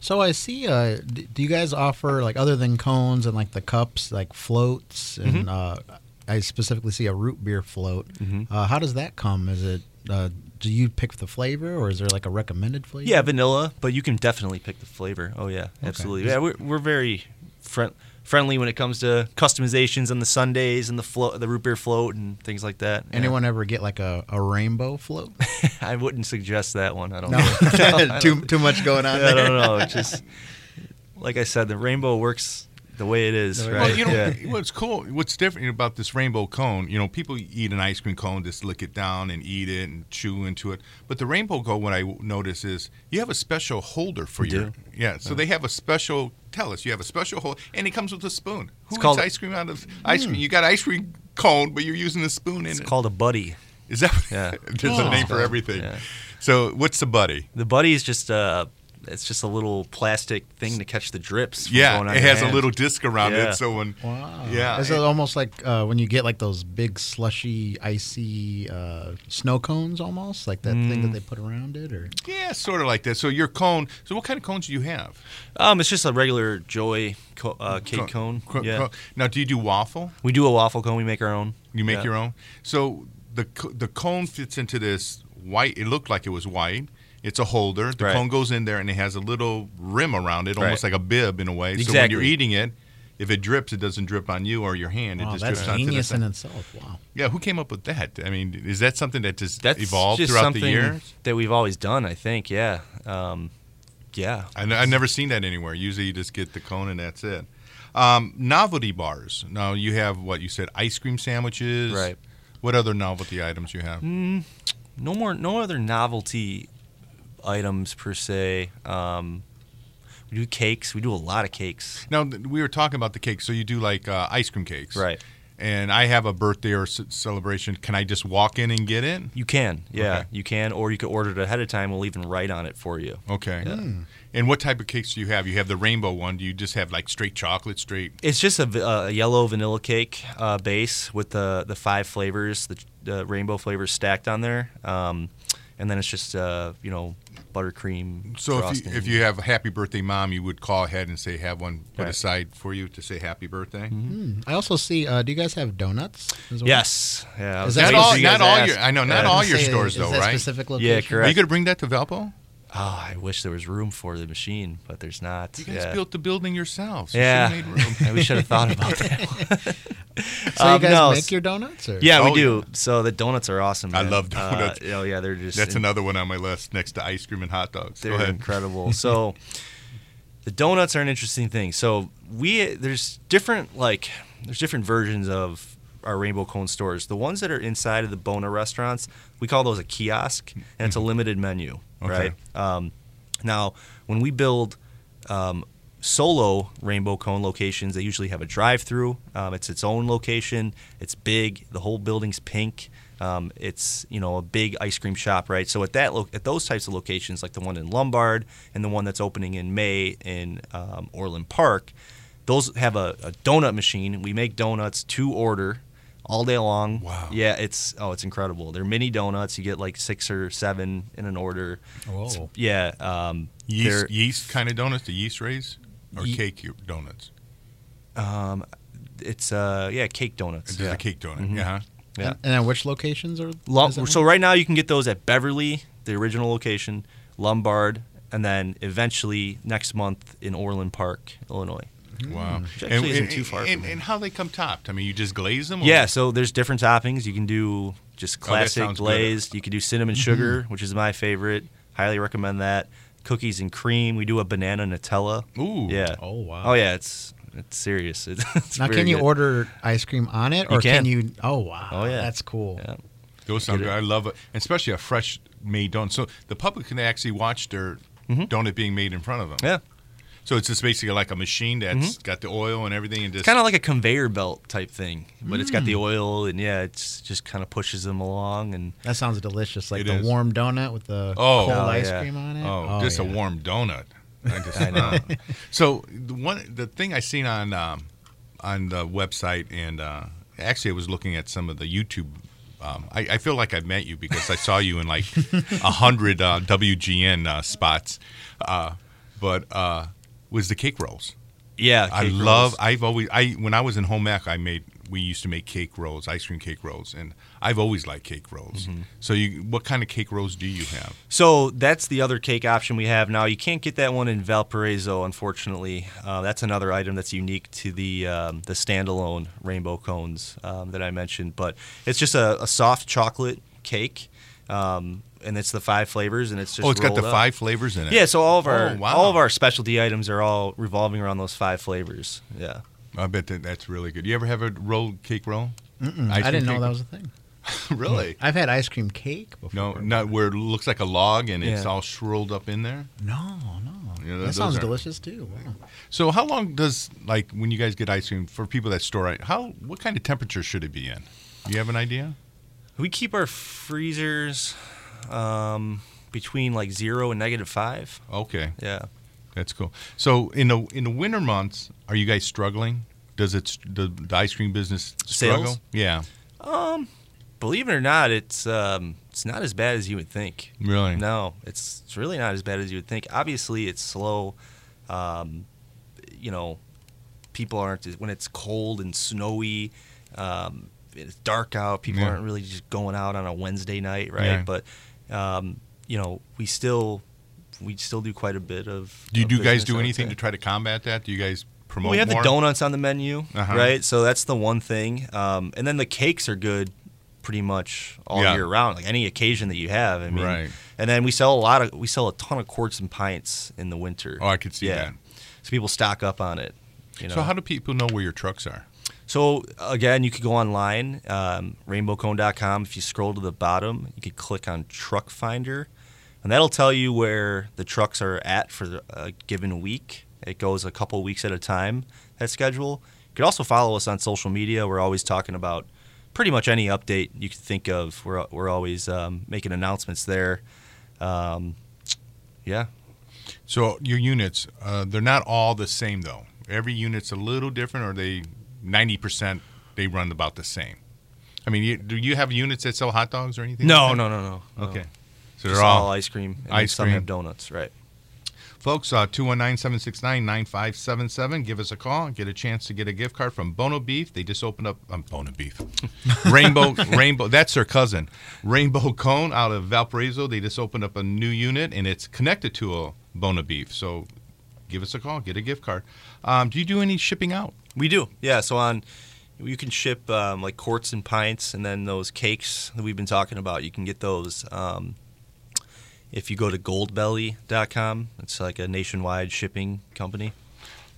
Speaker 2: So I see. Uh, d- do you guys offer like other than cones and like the cups, like floats? And uh, I specifically see a root beer float. Uh, how does that come? Is it? Uh, do you pick the flavor, or is there like a recommended flavor?
Speaker 3: Yeah, vanilla, but you can definitely pick the flavor. Oh yeah, absolutely. Yeah, we're, we're very friend, friendly when it comes to customizations on the Sundays and the float, the root beer float, and things like that. Yeah.
Speaker 2: Anyone ever get like a, a rainbow float?
Speaker 3: I wouldn't suggest that one. I don't.
Speaker 2: No,
Speaker 3: know. I
Speaker 2: too
Speaker 3: don't-
Speaker 2: too much going on
Speaker 3: I
Speaker 2: there.
Speaker 3: don't know. It's just like I said, the rainbow works the way it is,
Speaker 2: The way it
Speaker 3: right?
Speaker 1: Well, you know,
Speaker 3: yeah.
Speaker 1: what's cool, what's different about this rainbow cone, you know, people eat an ice cream cone, just lick it down and eat it and chew into it. But the rainbow cone, what I w- notice is you have a special holder for
Speaker 3: We
Speaker 1: your.
Speaker 3: do. Oh.
Speaker 1: Yeah, so they have a special, tell us, you have a special holder, and it comes with a spoon. Who
Speaker 3: called- Hmm.
Speaker 1: eats ice cream out of ice cream? You got ice cream cone, but you're using a spoon in
Speaker 3: It's
Speaker 1: it.
Speaker 3: called a buddy.
Speaker 1: Is that
Speaker 3: Yeah.
Speaker 1: there's a
Speaker 2: Oh.
Speaker 1: name for everything.
Speaker 3: Yeah.
Speaker 1: So what's the buddy?
Speaker 3: The buddy is just a. It's just a little plastic thing to catch the drips. from
Speaker 1: Yeah,
Speaker 3: going on
Speaker 1: it
Speaker 3: your
Speaker 1: has a
Speaker 3: hand.
Speaker 1: little disc around
Speaker 3: Yeah.
Speaker 1: it. So when
Speaker 2: Wow.
Speaker 1: yeah,
Speaker 2: Is it almost like uh, when you get like those big slushy, icy uh, snow cones, almost like that thing that they put around it, or
Speaker 1: yeah, sort of like that. So your cone. So what kind of cones do you have?
Speaker 3: Um, it's just a regular joy co- uh, cake cone.
Speaker 1: Co-
Speaker 3: yeah.
Speaker 1: co- Now, do you do waffle?
Speaker 3: We do a waffle cone. We make our own.
Speaker 1: You make
Speaker 3: Yeah.
Speaker 1: your own. So the co- the cone fits into this white. It looked like it was white, It's a holder. The
Speaker 3: Right.
Speaker 1: cone goes in there and it has a little rim around it, almost
Speaker 3: Right.
Speaker 1: like a bib in a way. So when
Speaker 3: Exactly.
Speaker 1: you're eating it, if it drips, it doesn't drip on you or your hand. it
Speaker 2: Wow,
Speaker 1: just
Speaker 2: that's
Speaker 1: drips onto the
Speaker 2: genius
Speaker 1: side.
Speaker 2: in itself. Wow.
Speaker 1: Yeah, who came up with that? I mean, is that something that just
Speaker 3: That's
Speaker 1: evolved
Speaker 3: just
Speaker 1: throughout the
Speaker 3: something
Speaker 1: years?
Speaker 3: that we've always done. I think, yeah, um, yeah.
Speaker 1: I n- I've never seen that anywhere. Usually, you just get the cone and that's it. Um, novelty bars. Now you have what you said: ice cream sandwiches.
Speaker 3: Right.
Speaker 1: What other novelty items you have?
Speaker 3: No more, no other novelty items per se. Um, we do cakes. We do a lot of cakes.
Speaker 1: Now th- we were talking about the cakes. So you do like uh, ice cream cakes,
Speaker 3: Right.
Speaker 1: And I have a birthday or c- celebration. Can I just walk in and get it?
Speaker 3: You can, yeah,
Speaker 1: Okay.
Speaker 3: you can, or you could order it ahead of time. We'll even write on it for you.
Speaker 1: Okay. And what type of cakes do you have? You have the rainbow one. Do you just have like straight chocolate, straight?
Speaker 3: It's just a, v- uh, a yellow vanilla cake uh, base with the the five flavors, the, the rainbow flavors stacked on there, um, and then it's just uh, you know buttercream.
Speaker 1: So if you,
Speaker 3: frosting.
Speaker 1: if you have a happy birthday, mom, you would call ahead and say have one put
Speaker 3: Right.
Speaker 1: aside for you to say happy birthday.
Speaker 2: Hmm. I also see. Uh, do you guys have donuts? as well?
Speaker 3: yes, yeah, I was
Speaker 2: that
Speaker 3: waiting
Speaker 1: Not
Speaker 2: what
Speaker 3: for
Speaker 1: all,
Speaker 3: you
Speaker 1: not
Speaker 3: guys to
Speaker 1: all
Speaker 3: ask.
Speaker 1: your, I know,
Speaker 2: I
Speaker 1: not
Speaker 2: was
Speaker 1: all
Speaker 2: gonna
Speaker 1: your
Speaker 2: say,
Speaker 1: stores
Speaker 2: is
Speaker 1: though,
Speaker 2: that
Speaker 1: right?
Speaker 2: Specific location?
Speaker 1: Are
Speaker 3: correct.
Speaker 1: you going to bring that to Valpo?
Speaker 3: Oh, I wish there was room for the machine, but there's not.
Speaker 1: You guys
Speaker 3: yeah.
Speaker 1: built the building yourselves. You
Speaker 3: yeah,
Speaker 1: should've made room.
Speaker 3: Yeah, we should have thought about that.
Speaker 2: So
Speaker 3: Um,
Speaker 2: you guys
Speaker 3: no,
Speaker 2: make
Speaker 3: s-
Speaker 2: your donuts? Or?
Speaker 3: Yeah, we
Speaker 1: Oh,
Speaker 3: do. So the donuts are awesome.
Speaker 1: I
Speaker 3: man.
Speaker 1: love
Speaker 3: Uh,
Speaker 1: donuts.
Speaker 3: oh yeah, they're just
Speaker 1: That's another one on my list next to ice cream and hot dogs. Go
Speaker 3: They're
Speaker 1: ahead.
Speaker 3: incredible. So the donuts are an interesting thing. So we there's different like there's different versions of our rainbow cone stores. The ones that are inside of the Bona restaurants, we call those a kiosk, and it's a
Speaker 1: Mm-hmm.
Speaker 3: limited menu,
Speaker 1: Okay.
Speaker 3: right? Um, now, when we build um, solo rainbow cone locations, they usually have a drive-through. Um, it's its own location. It's big. The whole building's pink. Um, it's you know a big ice cream shop, right? So at that lo- at those types of locations, like the one in Lombard and the one that's opening in May in um, Orland Park, those have a, a donut machine. We make donuts to order all day long.
Speaker 1: Wow.
Speaker 3: Yeah, it's oh, it's incredible. They're mini donuts. You get like six or seven in an order. It's-
Speaker 2: Whoa.
Speaker 3: yeah. Um,
Speaker 1: Yeast,
Speaker 3: they're-
Speaker 1: yeast kind of donuts, the yeast rays, or
Speaker 3: Ye-
Speaker 1: cake your donuts.
Speaker 3: um, It's uh yeah cake donuts.
Speaker 1: Just a cake donut. Yeah.
Speaker 3: Yeah.
Speaker 2: And, and at which locations are?
Speaker 3: Lo-
Speaker 2: is that
Speaker 3: so
Speaker 2: one?
Speaker 3: right now you can get those at Beverly, the original location, Lombard, and then eventually next month in Orland Park, Illinois.
Speaker 1: Wow.
Speaker 3: Which actually isn't too far
Speaker 1: And,
Speaker 3: from
Speaker 1: and how they come topped? I mean, you just glaze them. or-
Speaker 3: Yeah, so there's different toppings. You can do just
Speaker 1: Oh. that
Speaker 3: classic
Speaker 1: sounds good. Mm-hmm.
Speaker 3: glazed. You can do cinnamon sugar, which is my favorite. Highly recommend that. Cookies and cream. We do a banana Nutella.
Speaker 1: Ooh.
Speaker 3: Yeah.
Speaker 2: Oh, wow.
Speaker 3: Oh yeah, it's it's serious. It's, it's
Speaker 2: Now,
Speaker 3: very
Speaker 2: can you
Speaker 3: good.
Speaker 2: order ice cream on it, or
Speaker 3: You can.
Speaker 2: you? Oh wow!
Speaker 3: Oh, yeah.
Speaker 2: that's cool.
Speaker 3: Yeah.
Speaker 1: Those sound
Speaker 3: Get
Speaker 1: good.
Speaker 3: it.
Speaker 1: I love it, and especially a fresh made donut. So the public can actually watch their donut being made in front of them.
Speaker 3: Yeah.
Speaker 1: So it's just basically like a machine that's got the oil and everything, and just
Speaker 3: It's kind of like a conveyor belt type thing, but it's
Speaker 1: Mm.
Speaker 3: got the oil and yeah, it's just kind of pushes them along and
Speaker 2: That sounds delicious. Like
Speaker 1: It
Speaker 2: the
Speaker 1: is.
Speaker 2: warm donut with the
Speaker 1: Oh.
Speaker 2: cold
Speaker 1: Oh,
Speaker 2: ice
Speaker 3: yeah.
Speaker 2: cream on it.
Speaker 1: oh, just a
Speaker 2: yeah.
Speaker 1: warm donut. I just, uh, so the one the thing I seen on um, on the website, and uh, actually I was looking at some of the YouTube. Um, I, I feel like I met you because I saw you in like a hundred uh, WGN uh, spots, uh, but uh, was the cake rolls.
Speaker 3: yeah.
Speaker 1: I
Speaker 3: cake rolls.
Speaker 1: love. I've always. I when I was in home ec, I made. We used to make cake rolls, ice cream cake rolls, and I've always liked cake rolls.
Speaker 3: Mm-hmm.
Speaker 1: So, you, what kind of cake rolls do you have?
Speaker 3: So that's the other cake option we have now. You can't get that one in Valparaiso, unfortunately. Uh, that's another item that's unique to the um, the standalone rainbow cones um, that I mentioned. But it's just a, a soft chocolate cake, um, and it's the five flavors, and it's just
Speaker 1: oh, it's got
Speaker 3: rolled
Speaker 1: the
Speaker 3: up.
Speaker 1: five flavors in it.
Speaker 3: Yeah, so all of our
Speaker 1: Oh, wow.
Speaker 3: all of our specialty items are all revolving around those five flavors. Yeah.
Speaker 1: I bet that that's really good. You ever have a rolled cake roll? Mm-mm,
Speaker 2: I didn't know that was a thing.
Speaker 1: really.
Speaker 2: I've had ice cream cake before.
Speaker 1: No, not where it looks like a log and it's
Speaker 3: Yeah.
Speaker 1: all shriveled up in there.
Speaker 2: no, no.
Speaker 1: Yeah,
Speaker 2: that
Speaker 1: those
Speaker 2: sounds
Speaker 1: are-
Speaker 2: delicious too. Wow.
Speaker 1: So, how long does like when you guys get ice cream for people that store it? How what kind of temperature should it be in? You have an idea?
Speaker 3: We keep our freezers um, between like zero and negative five.
Speaker 1: Okay.
Speaker 3: Yeah.
Speaker 1: That's cool. So in the in the winter months, are you guys struggling? Does it the, the ice cream business struggle?
Speaker 3: Sales?
Speaker 1: Yeah,
Speaker 3: Um, Believe it or not, it's um, it's not as bad as you would think.
Speaker 1: really.
Speaker 3: No, it's it's really not as bad as you would think. Obviously, it's slow. Um, you know, people aren't when it's cold and snowy. Um, it's dark out. People
Speaker 1: Yeah.
Speaker 3: aren't really just going out on a Wednesday night,
Speaker 1: Yeah.
Speaker 3: right? But um, you know, we still we still do quite a bit of.
Speaker 1: Do you,
Speaker 3: of
Speaker 1: do you guys
Speaker 3: business
Speaker 1: do
Speaker 3: out
Speaker 1: anything to
Speaker 3: there.
Speaker 1: try to combat that? Do you guys promote?
Speaker 3: Well, we have
Speaker 1: more?
Speaker 3: the donuts on the menu,
Speaker 1: Uh-huh.
Speaker 3: right? So that's the one thing. Um, and then the cakes are good pretty much all
Speaker 1: Yeah.
Speaker 3: year round, like any occasion that you have. I mean,
Speaker 1: Right.
Speaker 3: And then we sell a lot of we sell a ton of quarts and pints in the winter.
Speaker 1: Oh, I could see
Speaker 3: yeah.
Speaker 1: that.
Speaker 3: So people stock up on it. You know?
Speaker 1: So how do people know where your trucks are?
Speaker 3: So again, you could go online, um, rainbowcone.com. If you scroll to the bottom, you could click on Truck Finder, and that'll tell you where the trucks are at for the- a given week. It goes a couple weeks at a time. That schedule. You could also follow us on social media. We're always talking about pretty much any update you could think of. We're we're always um, making announcements there. Um, yeah,
Speaker 1: So your units, uh, they're not all the same though. Every unit's a little different, or they ninety percent they run about the same. I mean, you, do you have units that sell hot dogs or anything?
Speaker 3: no,
Speaker 1: like that?
Speaker 3: no, no, no. no.
Speaker 1: Okay, so
Speaker 3: Just
Speaker 1: they're all,
Speaker 3: ice cream. And
Speaker 1: ice
Speaker 3: some have
Speaker 1: cream.
Speaker 3: donuts, right?
Speaker 1: folks. uh, Two one nine seven six nine nine five seven seven. Give us a call and get a chance to get a gift card from Bono Beef. They just opened up um, Bono Beef, Rainbow Rainbow. That's their cousin, Rainbow Cone out of Valparaiso. They just opened up a new unit and it's connected to a Bono Beef. So give us a call, get a gift card. Um, do you do any shipping out?
Speaker 3: We do, yeah. So on, you can ship um, like quarts and pints, and then those cakes that we've been talking about. You can get those um, if you go to goldbelly.com. It's like a nationwide shipping company.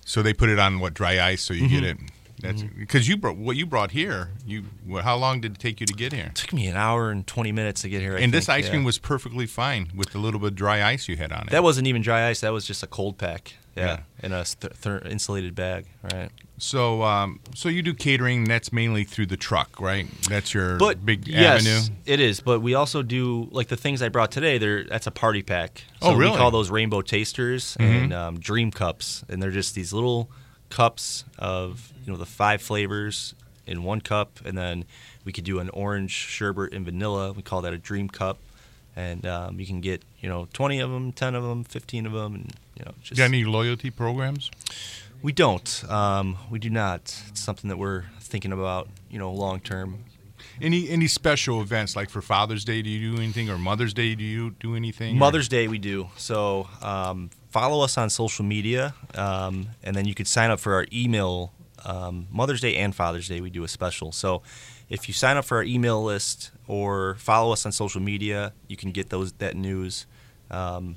Speaker 1: So they put it on what dry ice, so you get it. That's because you brought what you brought here. You wh- how long did it take you to get here?
Speaker 3: It took me an hour and twenty minutes to get here. I
Speaker 1: and this
Speaker 3: think,
Speaker 1: ice
Speaker 3: yeah.
Speaker 1: cream was perfectly fine with the little bit of dry ice you had on it.
Speaker 3: that wasn't even dry ice. That was just a cold pack. Yeah,
Speaker 1: Yeah.
Speaker 3: in a th- th- insulated bag. Right.
Speaker 1: so um, so you do catering. and That's mainly through the truck, right? That's your
Speaker 3: but
Speaker 1: big
Speaker 3: yes,
Speaker 1: avenue.
Speaker 3: It is, but we also do like the things I brought today. They're that's a party pack. So
Speaker 1: Oh, really? Mm-hmm.
Speaker 3: We call those rainbow tasters and um, dream cups, and they're just these little cups of you know the five flavors in one cup, and then we could do an orange sherbet and vanilla. We call that a dream cup, and um, you can get you know twenty of them, ten of them, fifteen of them, and you know just
Speaker 1: Do you have any loyalty programs?
Speaker 3: we don't. Um, we do not. It's something that we're thinking about you know long term.
Speaker 1: Any any special events like for Father's Day? Do you do anything or Mother's Day? Do you do anything? or-
Speaker 3: Mother's Day, we do. So um, follow us on social media, um, and then you could sign up for our email. Um, Mother's Day and Father's Day, we do a special. So if you sign up for our email list or follow us on social media, you can get those that news. Um,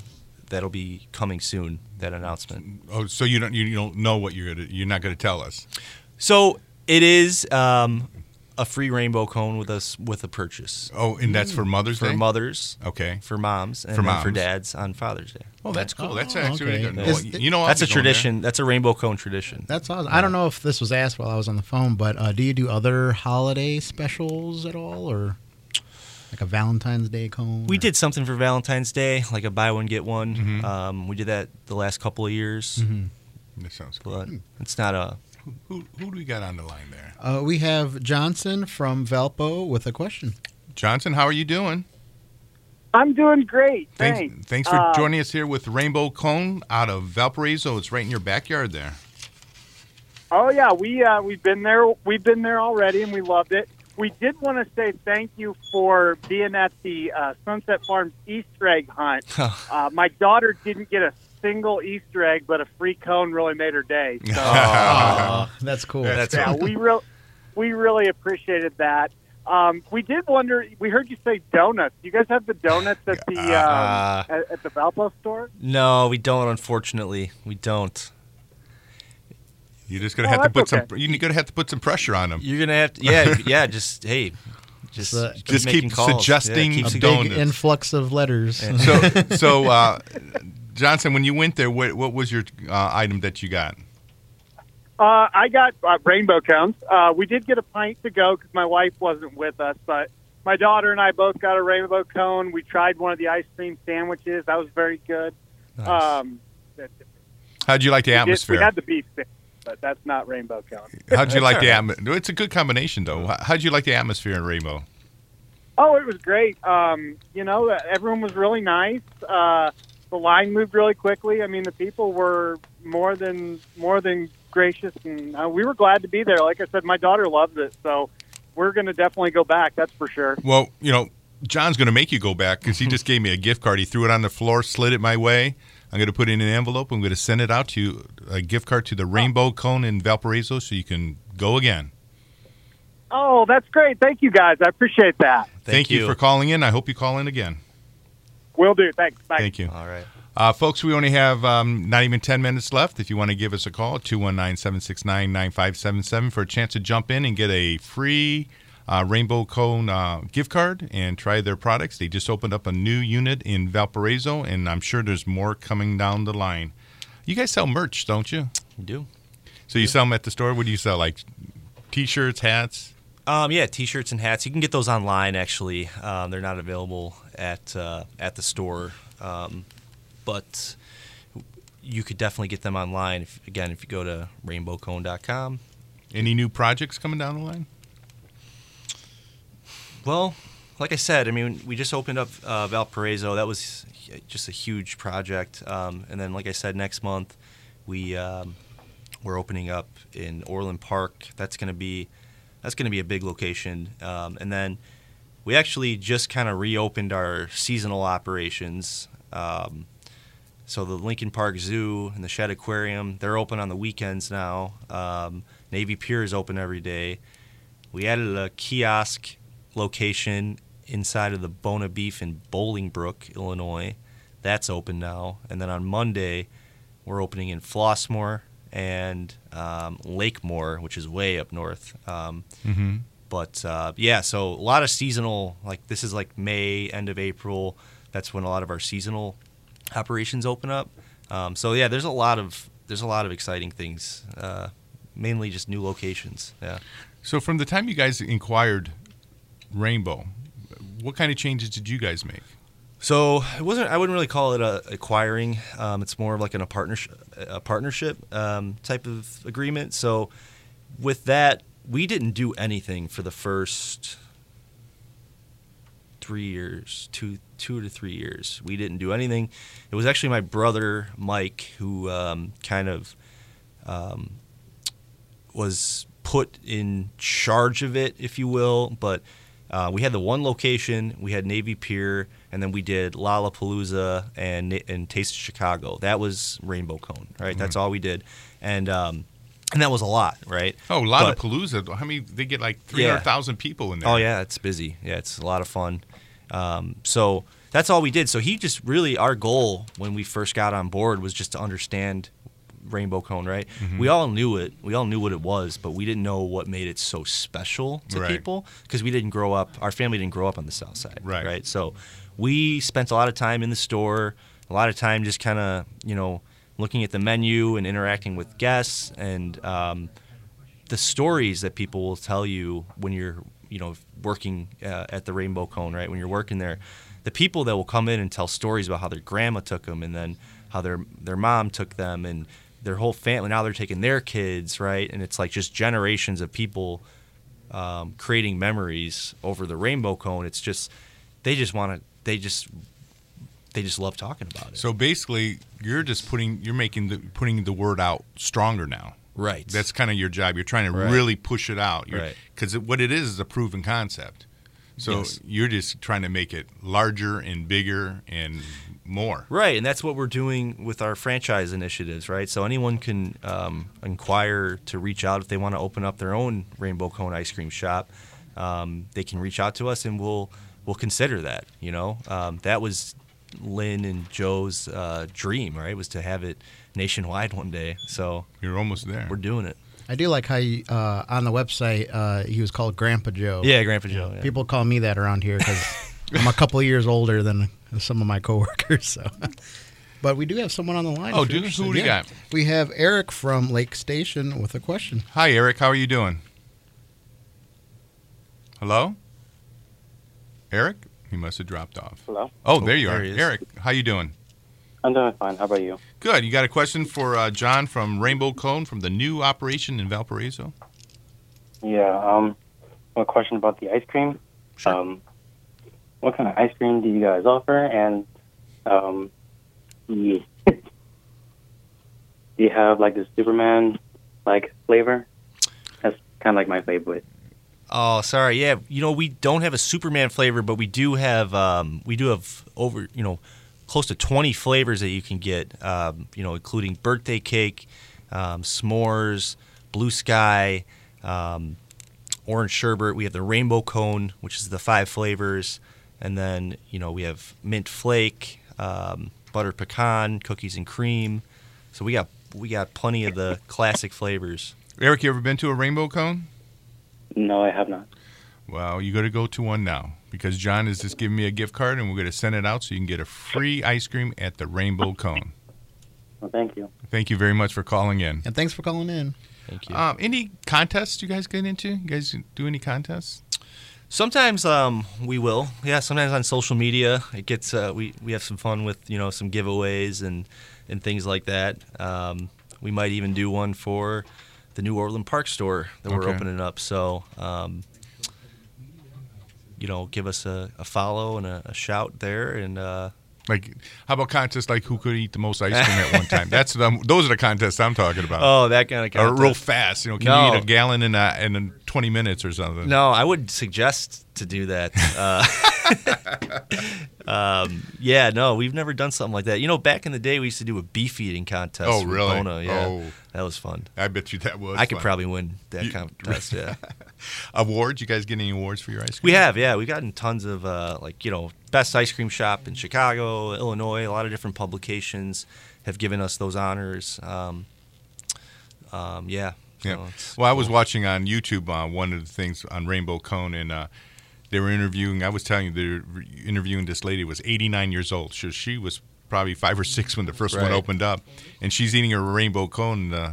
Speaker 3: that'll be coming soon. That announcement.
Speaker 1: Oh, so you don't you don't know what you're gonna you're not gonna tell us.
Speaker 3: So it is um, a free rainbow cone with us with a purchase
Speaker 1: Oh, and that's for Mother's
Speaker 3: Mm, for
Speaker 1: Day.
Speaker 3: mothers,
Speaker 1: okay.
Speaker 3: for moms, and
Speaker 1: For
Speaker 3: then for
Speaker 1: moms.
Speaker 3: dads on Father's Day.
Speaker 1: Oh, that's cool. That's
Speaker 2: Oh,
Speaker 1: actually
Speaker 2: okay.
Speaker 1: really good.
Speaker 2: Is-
Speaker 1: Well, you know, I'll
Speaker 3: That's
Speaker 1: be
Speaker 3: a
Speaker 1: going there.
Speaker 3: tradition. That's a rainbow cone tradition.
Speaker 2: That's awesome. I don't know if this was asked while I was on the phone, but uh, do you do other holiday specials at all, or like a Valentine's Day cone?
Speaker 3: We
Speaker 2: or-
Speaker 3: did something for Valentine's Day, like a buy one get one. Um, we did that the last couple of years,
Speaker 1: That sounds cool.
Speaker 3: but it's not a.
Speaker 1: Who, who do we got on the line there?
Speaker 2: Uh, we have Johnson from Valpo with a question.
Speaker 1: Johnson, how are you doing?
Speaker 6: I'm doing great. Thanks.
Speaker 1: Thanks, thanks for
Speaker 6: Uh,
Speaker 1: joining us here with Rainbow Cone out of Valparaiso. It's right in your backyard there.
Speaker 6: Oh yeah, we uh, we've been there. We've been there already, and we loved it. We did want to say thank you for being at the uh, Sunset Farms Easter egg hunt. uh, my daughter didn't get a single Easter egg, but a free cone really made her day. So
Speaker 2: That's cool.
Speaker 1: That's
Speaker 6: yeah, we real we really appreciated that. Um, we did wonder. We heard you say donuts. You guys have the donuts at the um,
Speaker 3: Uh.
Speaker 6: at, at the Valpo store.
Speaker 3: No, we don't. Unfortunately, we don't.
Speaker 1: You're just gonna
Speaker 6: Oh,
Speaker 1: have to
Speaker 6: that's
Speaker 1: put some.
Speaker 6: okay.
Speaker 1: You're gonna have to put some pressure on them.
Speaker 3: You're gonna have to. Yeah, yeah. Just hey, just
Speaker 2: Uh,
Speaker 1: just keep
Speaker 3: making calls.
Speaker 1: suggesting
Speaker 2: a
Speaker 3: Yeah, keep
Speaker 2: big
Speaker 3: sug-
Speaker 1: donuts.
Speaker 2: influx of letters.
Speaker 1: So, so uh, Johnson, when you went there, what, what was your uh, item that you got?
Speaker 6: Uh, I got uh, rainbow cones. Uh, we did get a pint to go because my wife wasn't with us, but my daughter and I both got a rainbow cone. We tried one of the ice cream sandwiches. That was very good.
Speaker 3: Nice.
Speaker 6: Um, that-
Speaker 1: How'd you like the
Speaker 6: we, did, we
Speaker 1: atmosphere?
Speaker 6: had the beef sandwich, but that's not rainbow cone.
Speaker 1: How'd you like the atmosphere? It's a good combination, though. How- How'd you like the atmosphere in Rainbow?
Speaker 6: Oh, it was great. Um, you know, uh, everyone was really nice. Uh, the line moved really quickly. I mean, the people were more than more than gracious, and uh, we were glad to be there. Like I said, my daughter loves it, so we're going to definitely go back. That's for sure.
Speaker 1: Well, you know, John's going to make you go back because he just gave me a gift card. He threw it on the floor, slid it my way. I'm going to put it in an envelope. I'm going to send it out to you, a gift card to the Rainbow Cone in Valparaiso, so you can go again.
Speaker 6: Oh, that's great. Thank you guys. I appreciate that.
Speaker 1: Thank, you. for calling in. I hope you call in again.
Speaker 6: Will do. Thanks. Bye.
Speaker 1: Thank you.
Speaker 3: All right.
Speaker 1: Uh, folks, we only have um, not even 10 minutes left. If you want to give us a call, 219 769 9577 for a chance to jump in and get a free uh, Rainbow Cone uh, gift card and try their products. They just opened up a new unit in Valparaiso, and I'm sure there's more coming down the line. You guys sell merch, don't you?
Speaker 3: We do.
Speaker 1: So you sell them at the store? What do you sell? Like t shirts, hats?
Speaker 3: Um, yeah, t-shirts and hats. You can get those online. Actually, um, they're not available at uh, at the store, um, but you could definitely get them online. If, again, if you go to rainbowcone.com.
Speaker 1: Any new projects coming down the line?
Speaker 3: Well, like I said, I mean, we just opened up uh, Valparaiso. That was hu- just a huge project, um, and then like I said, next month we um, we're opening up in Orland Park. That's going to be that's going to be a big location, um, and then we actually just kind of reopened our seasonal operations. Um, so the Lincoln Park Zoo and the Shed Aquarium, they're open on the weekends now. Um, Navy Pier is open every day. We added a kiosk location inside of the Bona Beef in Bolingbrook, Illinois. That's open now. And then on Monday, we're opening in Flossmore and um, Lakemore, which is way up north. Um, But uh, yeah, so a lot of seasonal, like this is like May, end of April. That's when a lot of our seasonal operations open up. Um, so yeah, there's a lot of there's a lot of exciting things, uh, mainly just new locations. Yeah.
Speaker 1: So from the time you guys inquired Rainbow, what kind of changes did you guys make?
Speaker 3: So it wasn't. I wouldn't really call it a acquiring. Um, it's more of like an, a partnership, a partnership um, type of agreement. So with that, we didn't do anything for the first three years, two two to three years. We didn't do anything. It was actually my brother Mike who um, kind of um, was put in charge of it, if you will. But uh, we had the one location, we had Navy Pier, and then we did Lollapalooza and and Taste of Chicago. That was Rainbow Cone, right? That's all we did, and um, and that was a lot, right?
Speaker 1: Oh,
Speaker 3: But-
Speaker 1: Lollapalooza. How many? They get like 300,000 people in there.
Speaker 3: Oh yeah, it's busy. Yeah, it's a lot of fun. Um, so that's all we did. So he just really our goal when we first got on board was just to understand rainbow cone, right?
Speaker 1: Mm-hmm.
Speaker 3: We all knew it. We all knew what it was, but we didn't know what made it so special to
Speaker 1: Right.
Speaker 3: people because we didn't grow up. Our family didn't grow up on the south side,
Speaker 1: Right.
Speaker 3: Right. So we spent a lot of time in the store, a lot of time just kind of you know looking at the menu and interacting with guests and. Um, the stories that people will tell you when you're you know working uh, at the rainbow cone right when you're working there the people that will come in and tell stories about how their grandma took them and then how their their mom took them and their whole family now they're taking their kids right and it's like just generations of people um, creating memories over the rainbow cone it's just they just want to they just they just love talking about it
Speaker 1: So basically, you're just putting you're making the putting the word out stronger now.
Speaker 3: right
Speaker 1: That's kind of your job. You're trying to
Speaker 3: Right.
Speaker 1: really push it out.
Speaker 3: Right.
Speaker 1: Because what it is is a proven concept. So
Speaker 3: Yes.
Speaker 1: you're just trying to make it larger and bigger and more.
Speaker 3: Right, and that's what we're doing with our franchise initiatives, right? So anyone can um, inquire to reach out if they want to open up their own Rainbow Cone ice cream shop. Um, they can reach out to us, and we'll we'll consider that. You know, um, that was Lynn and Joe's uh, dream, right? Was to have it nationwide one day. So
Speaker 1: You're almost there.
Speaker 3: we're doing it.
Speaker 2: I do like how you, uh, on the website uh, he was called Grandpa Joe.
Speaker 3: Yeah, Grandpa Joe. Yeah.
Speaker 2: People call me that around here because I'm a couple of years older than some of my coworkers. So, but we do have someone on the line.
Speaker 1: Oh,
Speaker 2: if you're
Speaker 1: do- who
Speaker 2: interested.
Speaker 1: do we
Speaker 2: Yeah.
Speaker 1: got?
Speaker 2: We have Eric from Lake Station with a question.
Speaker 1: Hi, Eric. How are you doing? Hello. Eric, he must have dropped off.
Speaker 7: Hello.
Speaker 1: Oh, there you
Speaker 3: there
Speaker 1: are,
Speaker 3: he is.
Speaker 1: Eric. How you doing?
Speaker 7: I'm doing fine. How about you?
Speaker 1: Good. You got a question for uh, John from Rainbow Cone from the new operation in Valparaiso?
Speaker 7: Yeah. Um, a question about the ice cream.
Speaker 1: Sure.
Speaker 7: Um, what kind of ice cream do you guys offer? And um, the, do you have like the Superman like flavor? That's kind of like my favorite.
Speaker 3: Oh, sorry. Yeah, you know we don't have a Superman flavor, but we do have um, we do have over you know close to twenty flavors that you can get. Um, you know, including birthday cake, um, s'mores, blue sky, um, orange sherbet. We have the rainbow cone, which is the five flavors, and then you know we have mint flake, um, butter pecan, cookies and cream. So we got we got plenty of the classic flavors.
Speaker 1: Eric, you ever been to a rainbow cone?
Speaker 7: No, I have not.
Speaker 1: Well, you got to go to one now because John is just giving me a gift card, and we're going to send it out so you can get a free ice cream at the Rainbow Cone.
Speaker 7: Well, thank you.
Speaker 1: Thank you very much for calling in.
Speaker 2: And thanks for calling in.
Speaker 3: Thank you.
Speaker 1: Um, any contests you guys get into? You guys do any contests?
Speaker 3: Sometimes um, we will, yeah. Sometimes on social media, it gets uh, we we have some fun with you know some giveaways and and things like that. Um, we might even do one for the New Orleans Park store that we're
Speaker 1: Okay.
Speaker 3: opening up. So um, you know, give us a, a follow and a, a shout there, and uh,
Speaker 1: Like, how about contests like who could eat the most ice cream at one time? That's the, those are the contests I'm talking about.
Speaker 3: oh that kind of
Speaker 1: Or real fast, you know, can you
Speaker 3: No.
Speaker 1: eat a gallon in a, in 20 minutes or something?
Speaker 3: No, I would suggest to do that. Uh, um, yeah, no, we've never done something like that. You know, back in the day, we used to do a beef eating contest.
Speaker 1: Oh,
Speaker 3: with
Speaker 1: really?
Speaker 3: Bona, yeah,
Speaker 1: Oh.
Speaker 3: that was fun.
Speaker 1: I bet you that was.
Speaker 3: I could
Speaker 1: fun.
Speaker 3: probably win that
Speaker 1: You-
Speaker 3: contest. Yeah,
Speaker 1: awards. You guys get any awards for your ice cream?
Speaker 3: we have. Yeah, we've gotten tons of uh, like you know best ice cream shop in Chicago, Illinois. A lot of different publications have given us those honors. Um, um, yeah. so
Speaker 1: Yeah.
Speaker 3: it's
Speaker 1: Well, I was
Speaker 3: cool.
Speaker 1: watching on YouTube uh, one of the things on Rainbow Cone, and uh, they were interviewing. I was telling you, they were re- interviewing this lady who was 89 years old. So she was probably five or six when the first one
Speaker 3: Right.
Speaker 1: opened up, and she's eating her Rainbow Cone. And, uh,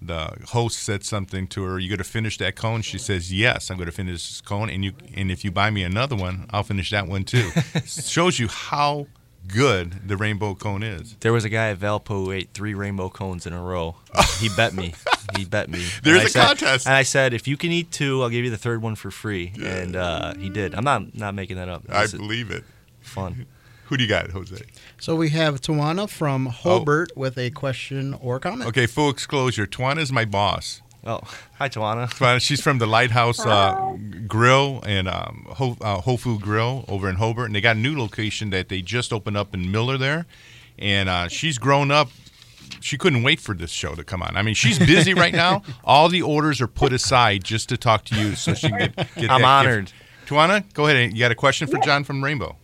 Speaker 1: the host said something to her. You going to finish that cone? She says, "Yes, I'm going to finish this cone, and you and if you buy me another one, I'll finish that one too." Shows you how good the rainbow cone is.
Speaker 3: There was a guy at Valpo who ate three rainbow cones in a row. He bet me. He bet me.
Speaker 1: There's
Speaker 3: And I
Speaker 1: a
Speaker 3: said-
Speaker 1: contest.
Speaker 3: And I said, if you can eat two, I'll give you the third one for free. And uh, he did. I'm not not making that up.
Speaker 1: I
Speaker 3: This is
Speaker 1: believe it.
Speaker 3: fun.
Speaker 1: Who do you got, Jose?
Speaker 2: So we have Tawana from
Speaker 3: Oh.
Speaker 2: Hobart with a question or comment.
Speaker 1: Okay, full disclosure. Tuan is my boss.
Speaker 3: Oh, hi, Tawana.
Speaker 1: Tuan- She's from the Lighthouse uh, Grill and um, Ho, uh, Whole Food Grill over in Hobart, and they got a new location that they just opened up in Miller there. And uh, she's grown up. She couldn't wait for this show to come on. I mean, she's busy right now. All the orders are put aside just to talk to you, so she can get. get that
Speaker 3: I'm
Speaker 1: gift.
Speaker 3: honored.
Speaker 1: Tawana, go ahead. You got a question for John from Rainbow?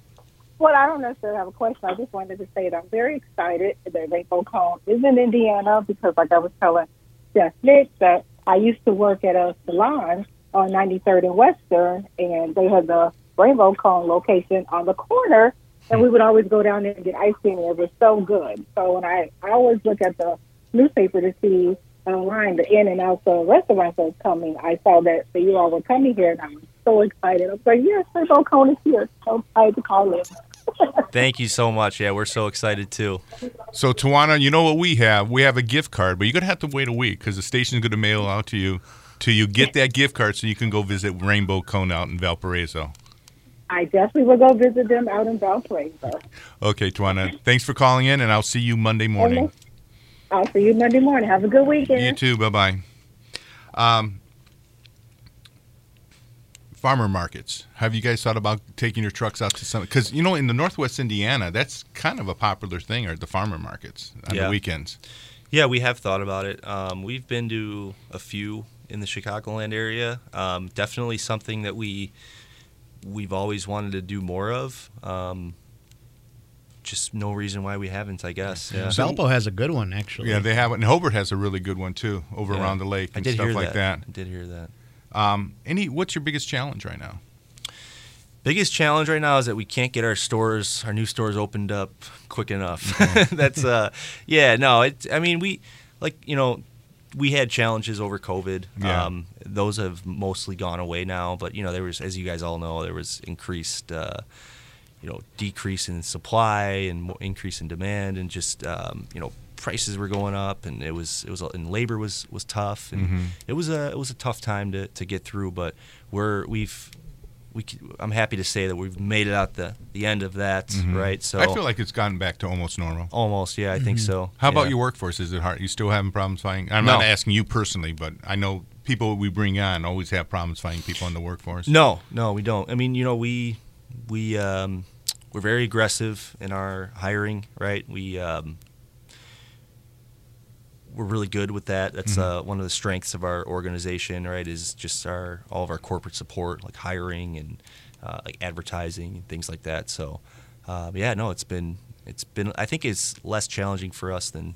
Speaker 8: Well, I don't necessarily have a question. I just wanted to say that I'm very excited that Rainbow Cone is in Indiana because, like I was telling Jeff Nick, that I used to work at a salon on 93rd and Western, and they had the Rainbow Cone location on the corner, and we would always go down there and get ice cream, and it was so good. So when I, I always look at the newspaper to see online the in and out of restaurants that's coming, I saw that that you all were coming here, and I was so excited. I was like, yes, Rainbow Cone is here. So excited to call in.
Speaker 3: Thank you so much. Yeah, we're so excited too.
Speaker 1: So, Tawana, you know what we have? We have a gift card, but you're going to have to wait a week because the station's going to mail out to you till you get that gift card so you can go visit Rainbow Cone out in Valparaiso.
Speaker 8: I definitely will go visit them out in Valparaiso.
Speaker 1: Okay, Tawana, thanks for calling in, and I'll see you Monday morning.
Speaker 8: I'll see you Monday morning. Have a good weekend.
Speaker 1: You too. Bye bye. Um, farmer markets. Have you guys thought about taking your trucks out to some? Because, you know, in the Northwest Indiana, that's kind of a popular thing are the farmer markets on
Speaker 3: Yeah.
Speaker 1: the weekends.
Speaker 3: Yeah, we have thought about it. Um, we've been to a few in the Chicagoland area. Um, definitely something that we we've always wanted to do more of. Um, just no reason why we haven't, I guess. Oh, Yeah.
Speaker 2: Valpo has a good one actually.
Speaker 1: Yeah, they have it. And Hobart has a really good one, too, over
Speaker 3: Yeah.
Speaker 1: around the lake
Speaker 3: I
Speaker 1: and
Speaker 3: did
Speaker 1: stuff
Speaker 3: hear
Speaker 1: like that.
Speaker 3: I did hear that.
Speaker 1: Um, any what's your biggest challenge right now?
Speaker 3: Biggest challenge right now is that we can't get our stores, our new stores opened up quick enough. That's uh yeah, no, it I mean we like, you know, we had challenges over COVID.
Speaker 1: Yeah.
Speaker 3: Um those have mostly gone away now, but you know, there was as you guys all know, there was increased uh you know, decrease in supply and mo- increase in demand and just um, you know, prices were going up and it was it was and labor was was tough and it was a it was a tough time to to get through, but we're we've we c I'm happy to say that we've made it out the the end of that,
Speaker 1: Mm-hmm.
Speaker 3: right? So
Speaker 1: I feel like it's gotten back to almost normal.
Speaker 3: almost, yeah, I think so.
Speaker 1: Mm-hmm. How about
Speaker 3: Yeah.
Speaker 1: your workforce? Is it hard? You still having problems finding? I'm
Speaker 3: No.
Speaker 1: not asking you personally, but I know people we bring on always have problems finding people in the workforce?
Speaker 3: No, no, we don't. I mean, you know, we we um, we're very aggressive in our hiring, right? We um, we're really good with that. That's
Speaker 1: Mm-hmm.
Speaker 3: uh, one of the strengths of our organization, right? Is just our all of our corporate support, like hiring and uh, like advertising and things like that. So, uh, but yeah, no, it's been it's been. I think it's less challenging for us than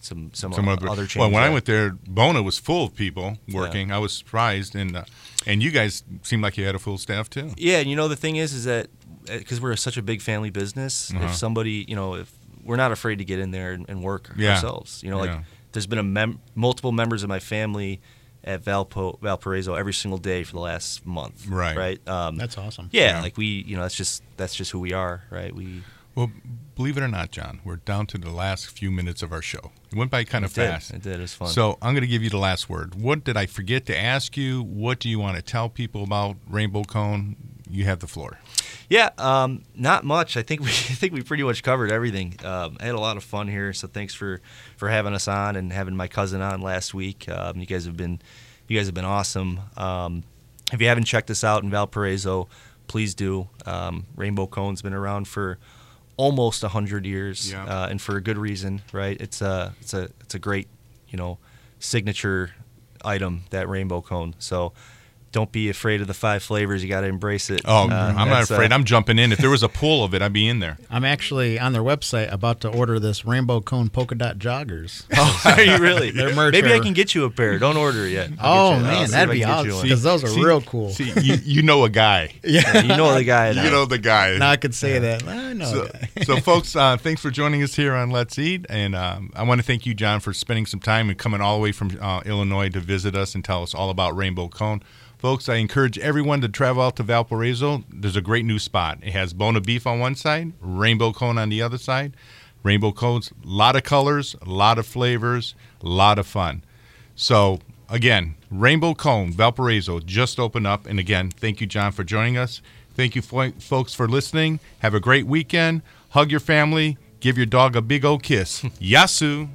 Speaker 3: some some,
Speaker 1: Some
Speaker 3: other, other changes.
Speaker 1: Well, when I
Speaker 3: that-
Speaker 1: went there, Bona was full of people working. I was surprised, and uh, and you guys seemed like you had a full staff too.
Speaker 3: Yeah, and you know the thing is, is that because we're such a big family business,
Speaker 1: Uh-huh.
Speaker 3: if somebody, you know, if we're not afraid to get in there and, and work
Speaker 1: Yeah.
Speaker 3: ourselves, you know, like
Speaker 1: Yeah.
Speaker 3: there's been a mem- multiple members of my family at Valpo- Valparaiso every single day for the last month.
Speaker 1: Right.
Speaker 3: Right. Um,
Speaker 2: That's awesome.
Speaker 3: yeah,
Speaker 1: Yeah.
Speaker 3: like we, you know, that's just that's just who we are, right? We
Speaker 1: Well, believe it or not, John, we're down to the last few minutes of our show. It went by kind of
Speaker 3: it did.
Speaker 1: fast.
Speaker 3: It did. It was fun.
Speaker 1: So I'm going to give you the last word. What did I forget to ask you? What do you want to tell people about Rainbow Cone? You have the floor.
Speaker 3: Yeah, um, not much. I think we I think we pretty much covered everything. Um, I had a lot of fun here, so thanks for for having us on and having my cousin on last week. Um, you guys have been you guys have been awesome. Um, if you haven't checked us out in Valparaiso, please do. Um, Rainbow Cone's been around for almost hundred years,
Speaker 1: Yeah.
Speaker 3: uh, and for a good reason, right? It's a it's a it's a great you know signature item that Rainbow Cone. So. Don't be afraid of the five flavors. You got to embrace it.
Speaker 1: Oh,
Speaker 3: Uh,
Speaker 1: I'm not
Speaker 3: that's, uh,
Speaker 1: afraid. I'm jumping in. If there was a pool of it, I'd be in there.
Speaker 2: I'm actually on their website about to order this rainbow cone polka dot joggers.
Speaker 3: Oh, are you really?
Speaker 2: Their merch
Speaker 3: Maybe I
Speaker 2: are-
Speaker 3: can get you a pair. Don't order it yet.
Speaker 2: Oh
Speaker 3: I'll get you- I'll
Speaker 2: man,
Speaker 3: see
Speaker 2: that'd
Speaker 3: if I
Speaker 2: be
Speaker 3: can get you
Speaker 2: awesome
Speaker 3: one.
Speaker 2: because those are
Speaker 1: See-
Speaker 2: real cool.
Speaker 1: See, you, you know a guy.
Speaker 3: Yeah, you know the guy.
Speaker 1: You know the guy.
Speaker 2: now I could say that. I know.
Speaker 1: so,
Speaker 2: that.
Speaker 1: so folks, uh, thanks for joining us here on Let's Eat, and um, I want to thank you, John, for spending some time and coming all the way from uh, Illinois to visit us and tell us all about Rainbow Cone. Folks, I encourage everyone to travel out to Valparaiso. There's a great new spot. It has bona beef on one side, rainbow cone on the other side. Rainbow cones, a lot of colors, a lot of flavors, a lot of fun. So again, Rainbow Cone Valparaiso just opened up, and again, thank you, John, for joining us. Thank you, fo- folks, for listening. Have a great weekend. Hug your family. Give your dog a big old kiss. Yasu.